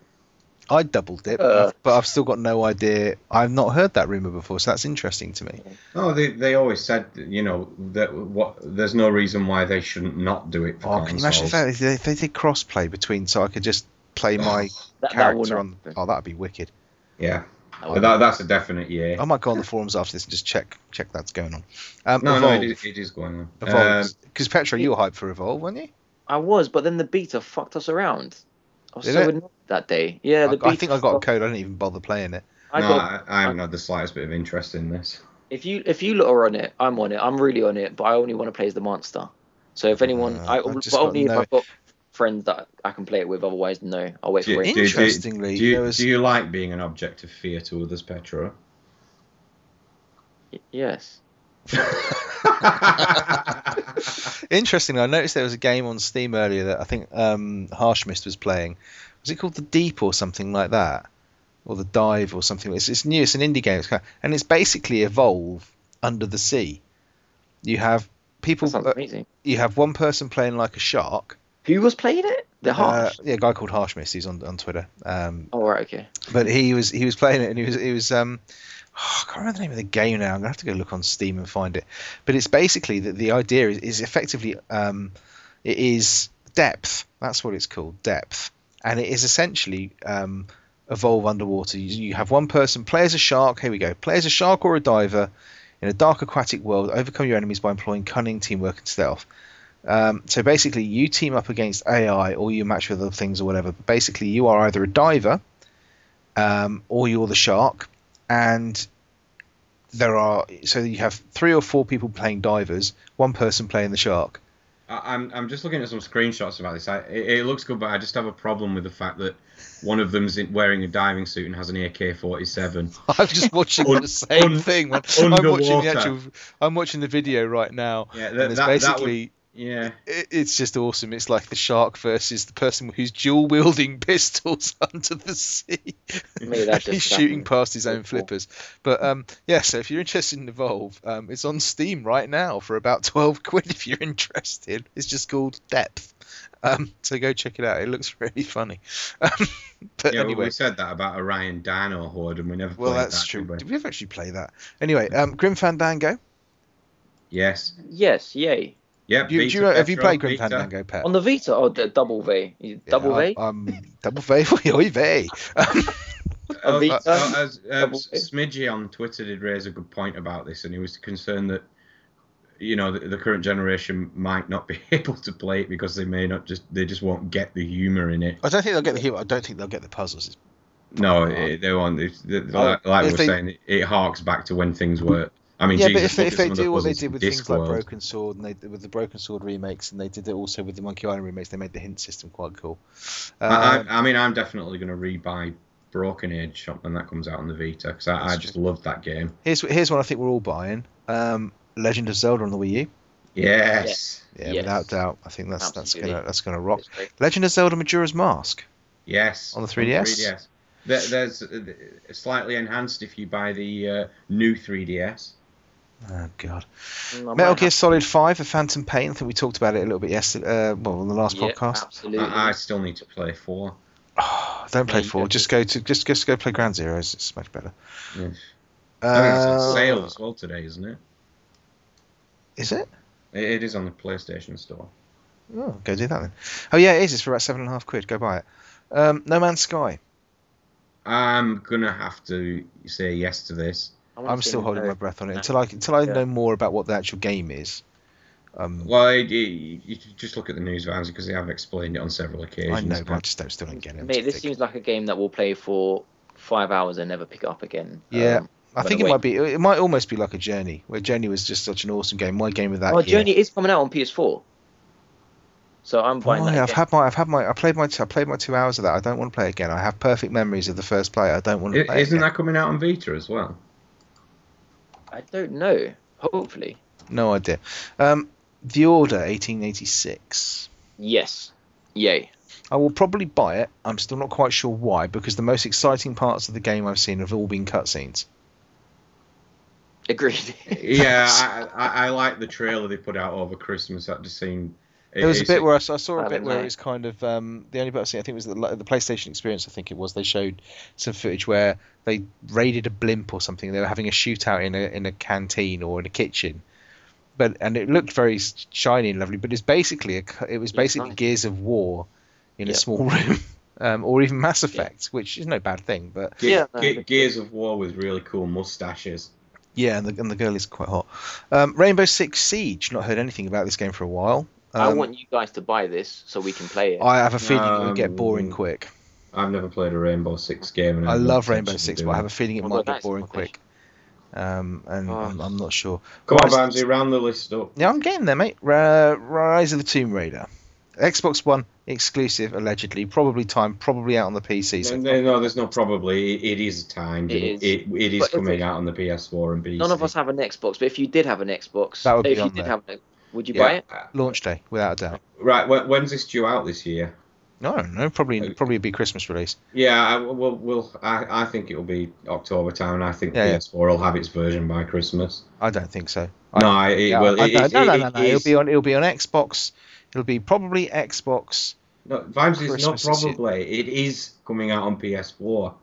Speaker 1: I double dip,
Speaker 3: Uh.
Speaker 1: but I've still got no idea. I've not heard that rumor before, so that's interesting to me.
Speaker 2: No, they, they always said, you know, that what there's no reason why they shouldn't not do it for
Speaker 1: Oh,
Speaker 2: consoles.
Speaker 1: can you imagine if they, if they- if they did crossplay between, so I could just play my
Speaker 3: That, that will
Speaker 1: character
Speaker 3: not
Speaker 1: on.
Speaker 3: happen.
Speaker 1: Oh, that'd be wicked.
Speaker 2: <sighs> Yeah,
Speaker 3: That
Speaker 2: but
Speaker 3: will-
Speaker 2: that, that's a definite yeah.
Speaker 1: I might go on the forums after this and just check check that's going on. Um,
Speaker 2: No, no,
Speaker 1: Evolve.
Speaker 2: it is, it is going on. Um,
Speaker 1: Evolve. Because Petra, you were hyped for Evolve, weren't you?
Speaker 3: I was, but then the beta fucked us around. I was
Speaker 1: Did
Speaker 3: so
Speaker 1: it?
Speaker 3: annoyed that day. Yeah,
Speaker 1: I,
Speaker 3: the beta.
Speaker 1: I think I got a code. I didn't even bother playing it.
Speaker 3: I
Speaker 2: no,
Speaker 3: got
Speaker 2: I, I haven't had the slightest bit of interest in this.
Speaker 3: If you if you lot are on it, I'm on it. I'm really on it, but I only want to play as the monster. So if anyone,
Speaker 1: Uh,
Speaker 3: I,
Speaker 1: I've
Speaker 3: but
Speaker 1: just got
Speaker 3: only
Speaker 1: no-
Speaker 3: if I've got friends that I can play it with. Otherwise, no. I'll wait
Speaker 2: Do you-
Speaker 3: for it.
Speaker 2: do you-
Speaker 1: Interestingly,
Speaker 2: do you,
Speaker 1: there was
Speaker 2: do you like being an object of fear to
Speaker 1: <laughs>
Speaker 2: others, <laughs> Petro?
Speaker 3: Yes.
Speaker 1: <laughs> interestingly. I noticed there was a game on Steam earlier that I think um, Harsh Mist was playing. Was it called The Deep or something like that, or The Dive or something? It's, it's new. It's an indie game. It's kind and it's basically Evolve under the sea. You have
Speaker 3: That
Speaker 1: people.
Speaker 3: sounds
Speaker 1: uh,
Speaker 3: amazing.
Speaker 1: you have one person playing like a shark.
Speaker 3: Who was playing it? The
Speaker 1: Uh,
Speaker 3: harsh.
Speaker 1: yeah, a guy called Harsh Mist. He's on on Twitter. Um,
Speaker 3: oh right, okay.
Speaker 1: but he was he was playing it and he was he was um I can't remember the name of the game now. I'm gonna have to go look on Steam and find it. But it's basically that the idea is, is effectively um it is depth. That's what it's called, depth, and it is essentially um evolve underwater. You, you have one person play as a shark. Here we go. Play as a shark or a diver in a dark aquatic world. Overcome your enemies by employing cunning, teamwork, and stealth. Um, so basically, you team up against AI or you match with other things or whatever. But basically, you are either a diver um, or you're the shark, and there are so you have three or four people playing divers, one person playing the shark. <laughs>
Speaker 2: I, I'm I'm just looking at some screenshots about this. I, it, it looks good, but I just have a problem with the fact that one of them's in- wearing a diving suit and has
Speaker 1: <laughs>
Speaker 2: an AK-47.
Speaker 1: I'm just watching
Speaker 2: Un-
Speaker 1: the same
Speaker 2: un-
Speaker 1: thing. Man. I'm watching the
Speaker 2: underwater.
Speaker 1: actual. I'm watching the video right now.
Speaker 2: Yeah,
Speaker 1: and
Speaker 2: that,
Speaker 1: it's
Speaker 2: that, that would,
Speaker 1: basically
Speaker 2: yeah.
Speaker 1: it, it's just awesome. It's like the shark versus the person who's dual wielding <laughs> pistols under the sea. <laughs> He's
Speaker 3: Mate, that just- that
Speaker 1: shooting
Speaker 3: was
Speaker 1: past his own
Speaker 3: awful.
Speaker 1: flippers. But um, yeah, so if you're interested in Evolve, um, it's on Steam right now for about <laughs> twelve quid. If you're interested, it's just called Depth. Um, so go check it out. It looks <laughs> really funny. Um, but
Speaker 2: Yeah,
Speaker 1: anyway,
Speaker 2: we said that about Orion Dino Horde, and we never
Speaker 1: well,
Speaker 2: played
Speaker 1: that's
Speaker 2: that,
Speaker 1: true.
Speaker 2: did we?
Speaker 1: Did we ever actually play that? Anyway, um, Grim Fandango.
Speaker 2: Yes.
Speaker 3: Yes, yay.
Speaker 2: Yep.
Speaker 1: Do you,
Speaker 2: Beta
Speaker 1: do you, have you
Speaker 2: Petrol,
Speaker 1: played Grim
Speaker 2: Beta.
Speaker 1: Fandango, Pet?
Speaker 3: On the Vita, oh, the double V, You- double
Speaker 1: yeah,
Speaker 3: V.
Speaker 1: I'm, I'm double V. <laughs> Oi, V. Um,
Speaker 2: Oh,
Speaker 3: Vita.
Speaker 2: oh, as, uh,
Speaker 3: Double A.
Speaker 2: Smidgey on Twitter did raise a good point about this, and he was concerned that you know the, the current generation might not <laughs> be able to play it because they may not just they just won't get the humor in it.
Speaker 1: I don't think they'll get the hero. I don't think they'll get the puzzles. It's-
Speaker 2: No, it, they won't. It's- the- the- like
Speaker 1: Oh,
Speaker 2: like we
Speaker 1: if
Speaker 2: were
Speaker 1: they-
Speaker 2: saying, it, it harks back to when things were. I mean,
Speaker 1: yeah,
Speaker 2: Jesus,
Speaker 1: but if they, if they
Speaker 2: look at some of the
Speaker 1: do what they
Speaker 2: puzzles
Speaker 1: did
Speaker 2: in
Speaker 1: with things like
Speaker 2: Discworld.
Speaker 1: Broken Sword and they with the Broken Sword remakes, and they did it also with the Monkey Island remakes, they made the hint system quite cool.
Speaker 2: I,
Speaker 1: Um,
Speaker 2: I, I mean, I'm definitely going to rebuy Broken Age shop when that comes out on the Vita because I, I
Speaker 1: That's
Speaker 2: just loved that game.
Speaker 1: here's here's one I think we're all buying: um, Legend of Zelda on the Wii U.
Speaker 2: Yes,
Speaker 1: Yeah,
Speaker 3: Yes.
Speaker 1: without doubt. I think that's that's
Speaker 3: Absolutely.
Speaker 1: gonna that's gonna rock.
Speaker 3: It's great.
Speaker 1: Legend of Zelda Majora's Mask.
Speaker 2: yes.
Speaker 1: On the 3DS?
Speaker 2: 3DS. There, there's uh, th- slightly enhanced if you buy the uh, new 3DS.
Speaker 1: Oh God.
Speaker 3: Mm, I might
Speaker 1: Metal
Speaker 3: have-
Speaker 1: Gear Solid Five: The Phantom Pain. I think we talked about it a little bit yesterday. Uh, well, on the last
Speaker 3: Yeah,
Speaker 1: podcast.
Speaker 3: Absolutely.
Speaker 2: I, I still need to play four.
Speaker 1: Oh, don't play
Speaker 3: Yeah, you
Speaker 1: four.
Speaker 3: get
Speaker 1: Just go to just just go play Ground Zeroes. It's much better. Uh,
Speaker 2: Yeah. I think it's on sale as well today, isn't it?
Speaker 1: Is it?
Speaker 2: it? It is on the PlayStation Store.
Speaker 1: Oh, go do that then. Oh yeah, it is. It's for about seven and a half quid. Go buy it. Um, no Man's Sky.
Speaker 2: I'm gonna have to say yes to this.
Speaker 3: I wanna
Speaker 1: I'm
Speaker 3: see
Speaker 1: still
Speaker 3: them
Speaker 1: holding
Speaker 3: go.
Speaker 1: my breath on it until I until I
Speaker 3: Yeah.
Speaker 1: know more about what the actual game is. Um,
Speaker 2: Well, it, it, you could just look at the news vans because they have explained it on several occasions.
Speaker 1: I know, but I
Speaker 2: now.
Speaker 1: just don't still don't get it. I'm
Speaker 3: Mate,
Speaker 1: just
Speaker 3: this
Speaker 1: thick.
Speaker 3: seems like a game that we'll play for five hours and never pick up again.
Speaker 1: Yeah.
Speaker 3: Um,
Speaker 1: I think it
Speaker 3: Wait.
Speaker 1: might be. It might almost be like a Journey, where Journey was just such an awesome game. My game of that
Speaker 3: oh,
Speaker 1: year.
Speaker 3: Journey is coming out on PS4. So I'm
Speaker 1: Oh,
Speaker 3: buying that.
Speaker 1: yeah, I've
Speaker 3: again.
Speaker 1: had my, I've had my, I played my, two, I played my two hours of that. I don't want to play it again. I have perfect memories of the first play. I don't want to.
Speaker 2: I-
Speaker 1: play it
Speaker 2: Isn't
Speaker 1: again.
Speaker 2: that coming out on Vita as well?
Speaker 3: I don't know. Hopefully.
Speaker 1: No idea. Um, the Order, 1886.
Speaker 3: Yes. Yay. <laughs>
Speaker 1: I will probably buy it. I'm still not quite sure why, because the most exciting parts of the game I've seen have all been cutscenes. <laughs>
Speaker 3: Agreed.
Speaker 2: Yeah, I, I, I like the trailer they put out over Christmas. That just seemed. it-
Speaker 1: There was a
Speaker 2: it's-
Speaker 1: bit where I saw, I saw a
Speaker 3: Rather
Speaker 1: bit where it
Speaker 3: nice.
Speaker 1: was kind of um, the only bit I seen. I think it was the, the PlayStation Experience. I think it was they showed some footage where they raided a blimp or something. They were having a shootout in a in a canteen or in a kitchen, but and it looked very s- shiny and lovely. But it's basically a, cu- it was
Speaker 3: It's
Speaker 1: basically
Speaker 3: nice.
Speaker 1: Gears of War in a
Speaker 3: Yeah.
Speaker 1: small <laughs> room, um, or even Mass
Speaker 3: Yeah.
Speaker 1: Effect, which is no bad thing. But
Speaker 2: Ge-
Speaker 3: Yeah.
Speaker 2: Ge- Gears of War with really cool mustaches.
Speaker 1: Yeah, and the, and the girl is quite hot. Um, Rainbow Six Siege. Not heard anything about this game for a while. Um,
Speaker 3: I want you guys to buy this so we can play it.
Speaker 1: I have a feeling it will get
Speaker 2: Um,
Speaker 1: boring quick.
Speaker 2: I've never played a Rainbow Six game. And
Speaker 1: I
Speaker 2: have no
Speaker 1: love Rainbow
Speaker 2: intention of
Speaker 1: Six,
Speaker 2: doing
Speaker 1: but I have
Speaker 2: it.
Speaker 1: a feeling it
Speaker 3: Oh,
Speaker 1: might
Speaker 3: God,
Speaker 1: get
Speaker 3: that's
Speaker 1: boring quick.
Speaker 3: rubbish.
Speaker 1: Um, and
Speaker 3: Oh.
Speaker 1: I'm, I'm not sure.
Speaker 2: Come on,
Speaker 1: Rise-
Speaker 2: Barnsley, round the list up.
Speaker 1: Yeah, I'm getting there, mate. Ra- Rise of the Tomb Raider, Xbox One exclusive, allegedly. Probably time. Probably out on the PC.
Speaker 2: No,
Speaker 1: So
Speaker 2: no, no, there's no probably. It, it is timed.
Speaker 3: It
Speaker 2: It,
Speaker 3: is.
Speaker 2: it, it
Speaker 3: But
Speaker 2: is
Speaker 3: if
Speaker 2: coming
Speaker 3: it-
Speaker 2: out on the PS4 and PC.
Speaker 3: None of us have an Xbox, but if you did have an Xbox,
Speaker 1: That would be
Speaker 3: if
Speaker 1: on
Speaker 3: you did
Speaker 1: there.
Speaker 3: have an, would you
Speaker 2: Yeah.
Speaker 3: buy it?
Speaker 2: Uh,
Speaker 1: launch day, without a doubt.
Speaker 2: Right, when, when's this due out this year?
Speaker 1: No, no, probably probably it'd be Christmas release.
Speaker 2: Yeah, I, we'll, we'll, I, I think it'll be October time, and I think
Speaker 1: Yeah, yeah.
Speaker 2: PS4 will have its version by Christmas.
Speaker 1: I don't think so. I-
Speaker 2: No, I, it,
Speaker 1: Yeah,
Speaker 2: well,
Speaker 1: I
Speaker 2: it,
Speaker 1: don't-
Speaker 2: it,
Speaker 1: no, no,
Speaker 2: it-
Speaker 1: no,
Speaker 2: it
Speaker 1: no. It'll
Speaker 2: is-
Speaker 1: be on. It'll be on Xbox. It'll be probably Xbox.
Speaker 2: No, Vimes is not
Speaker 1: Christmas this year.
Speaker 2: probably. It is coming out on PS4.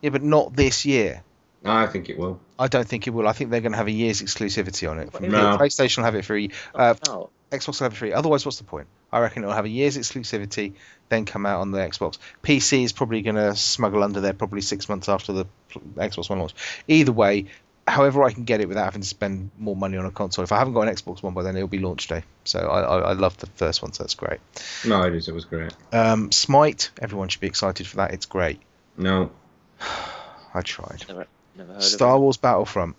Speaker 1: Yeah, but not this year.
Speaker 2: I think it will.
Speaker 1: I don't think it will. I think they're going to have a year's exclusivity on it. From
Speaker 2: No.
Speaker 1: PlayStation will have it for a year. Uh,
Speaker 3: Oh,
Speaker 1: Xbox will have it for a year. Otherwise, what's the point? I reckon it'll have a year's exclusivity, then come out on the Xbox. PC is probably going to smuggle under there probably six months after the pl- Xbox One launch. Either way, however I can get it without having to spend more money on a console. If I haven't got an Xbox One by then, it'll be launch day. So I, I, I love the first one, so that's great.
Speaker 2: No, it is. It was great.
Speaker 1: Um, Smite, everyone should be excited for that. It's great.
Speaker 2: No.
Speaker 1: I tried.
Speaker 3: never heard of it.
Speaker 1: Star Wars Battlefront.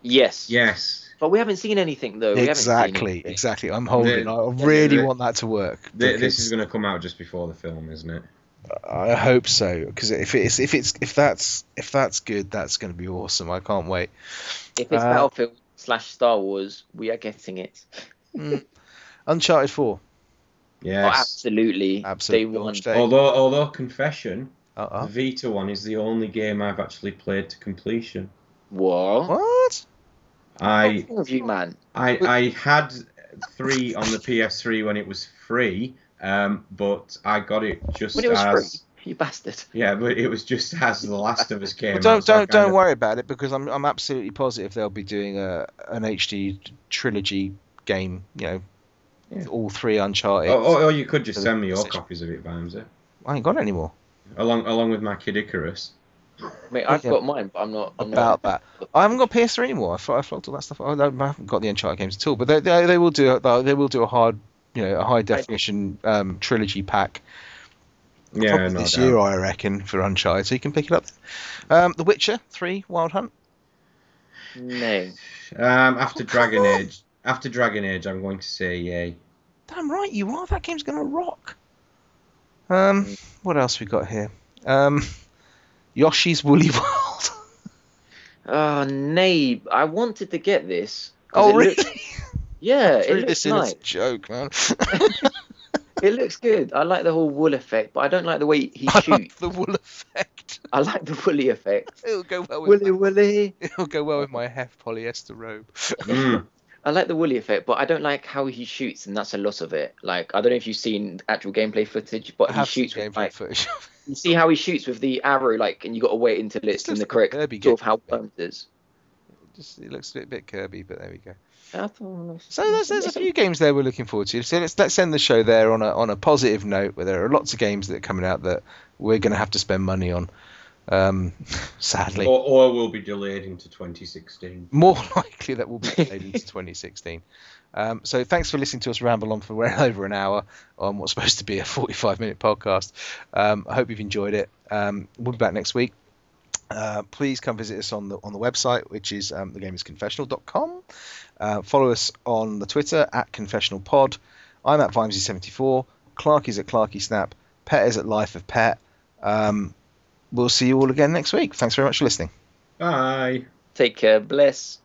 Speaker 3: Yes.
Speaker 2: Yes.
Speaker 3: But we haven't seen anything though. We haven't seen
Speaker 1: Exactly,
Speaker 3: anything.
Speaker 1: exactly. I'm holding.
Speaker 2: The-
Speaker 1: I really
Speaker 2: the-
Speaker 1: want that to work.
Speaker 2: Th- this
Speaker 1: because
Speaker 2: is going to come out just before the film, isn't it?
Speaker 1: I hope so because if it's if it's if that's if that's good, that's going to be awesome. I can't wait.
Speaker 3: If it's
Speaker 1: Uh,
Speaker 3: Battlefield slash Star Wars, we are getting it.
Speaker 1: Uncharted Four.
Speaker 3: Oh,
Speaker 2: Yes.
Speaker 3: absolutely.
Speaker 1: Absolutely.
Speaker 3: Day one.
Speaker 1: launch day.
Speaker 2: although, although confession,
Speaker 1: Uh-uh.
Speaker 2: the Vita one is the only game I've actually played to completion.
Speaker 3: What?
Speaker 1: What?
Speaker 2: I
Speaker 3: What's wrong with you, man?
Speaker 2: I, I had three on the PS3 when it was free, um, but I got it just
Speaker 3: When it was
Speaker 2: as
Speaker 3: free, you bastard.
Speaker 2: yeah, but it was just as The Last of Us came.
Speaker 1: Well,
Speaker 2: out,
Speaker 1: don't
Speaker 2: so I
Speaker 1: don't don't
Speaker 2: kinda-
Speaker 1: worry about it because I'm I'm absolutely positive they'll be doing a an HD trilogy game. You know,
Speaker 2: Yeah. Oh,
Speaker 1: all three Uncharted.
Speaker 2: Or, or, or you could just send me your
Speaker 1: Position.
Speaker 2: copies of it, Vimesy,
Speaker 1: I ain't got any more.
Speaker 2: along along with my Kid Icarus.
Speaker 3: Mate, I've
Speaker 1: Yeah.
Speaker 3: got mine, but I'm not. I'm
Speaker 1: about
Speaker 3: not.
Speaker 1: that. I haven't got PS3 anymore. I, fl- I flogged all that stuff. I, don't- I haven't got the Uncharted games at all. But they, they, they will do a- they will do a hard you know a high definition um, trilogy pack
Speaker 2: Yeah,
Speaker 1: probably
Speaker 2: no
Speaker 1: this
Speaker 2: doubt.
Speaker 1: year I reckon for Uncharted, so you can pick it up. Um, the Witcher Three Wild Hunt.
Speaker 3: No.
Speaker 2: Um, after
Speaker 1: Oh, come
Speaker 2: Dragon
Speaker 1: on.
Speaker 2: Age, after Dragon Age, I'm going to say
Speaker 1: <laughs>
Speaker 2: yay.
Speaker 1: Damn right you are. That game's gonna rock.
Speaker 3: Mm.
Speaker 1: Um, what else we got here? Um, <laughs> Yoshi's Woolly World.
Speaker 3: Oh, nay. I wanted to get this. 'cause
Speaker 1: oh
Speaker 3: <laughs> it
Speaker 1: really?
Speaker 3: looks- yeah, it
Speaker 1: Threw
Speaker 3: looks
Speaker 1: this in as
Speaker 3: nice.
Speaker 1: a joke,
Speaker 3: <laughs>
Speaker 1: man. <laughs>
Speaker 3: It looks good. I like the whole wool effect, but I don't like the way
Speaker 1: <laughs>
Speaker 3: he
Speaker 1: I
Speaker 3: shoots.
Speaker 1: like the wool effect. <laughs>
Speaker 3: I like the woolly effect.
Speaker 1: It'll go well with
Speaker 3: Woolly, woolly.
Speaker 1: my, it'll go well with my half polyester robe. <laughs>
Speaker 2: Mm.
Speaker 3: I like the woolly effect, but I don't like how he shoots, and that's a lot of it. Like I don't know if you've seen actual gameplay footage, but
Speaker 1: I
Speaker 3: he
Speaker 1: have some
Speaker 3: shoots with
Speaker 1: gameplay
Speaker 3: like
Speaker 1: footage. <laughs>
Speaker 3: you see how he shoots with the arrow, like, and you got to wait until
Speaker 1: This
Speaker 3: it's in
Speaker 1: looks
Speaker 3: the
Speaker 1: like a
Speaker 3: correct
Speaker 1: Kirby
Speaker 3: sort of
Speaker 1: game.
Speaker 3: how it is.
Speaker 1: Just it looks a bit, bit Kirby, but there we go.
Speaker 3: I thought-
Speaker 1: So there's, there's a few games there we're looking forward to. So let's let's end the show there on a on a positive note, where there are lots of games that are coming out that we're going to have to spend money on. Um, <laughs> sadly,
Speaker 2: Or, or will be delayed into 2016.
Speaker 1: <laughs> more likely that will be delayed into 2016. Um, so thanks for listening to us ramble on for <laughs> well over an hour on what's supposed to be a 45 minute podcast. Um, I hope you've enjoyed it. Um, we'll be back next week. Uh, please come visit us on the on the website, which is um, thegamersconfessional.com. Uh, follow us on the Twitter at confessional pod. I'm at Vimesy74. Clark is at Clarky Snap. Pet is at Life of Pet. Um, we'll see you all again next week. Thanks very much for listening.
Speaker 2: Bye.
Speaker 3: Take care. Bless.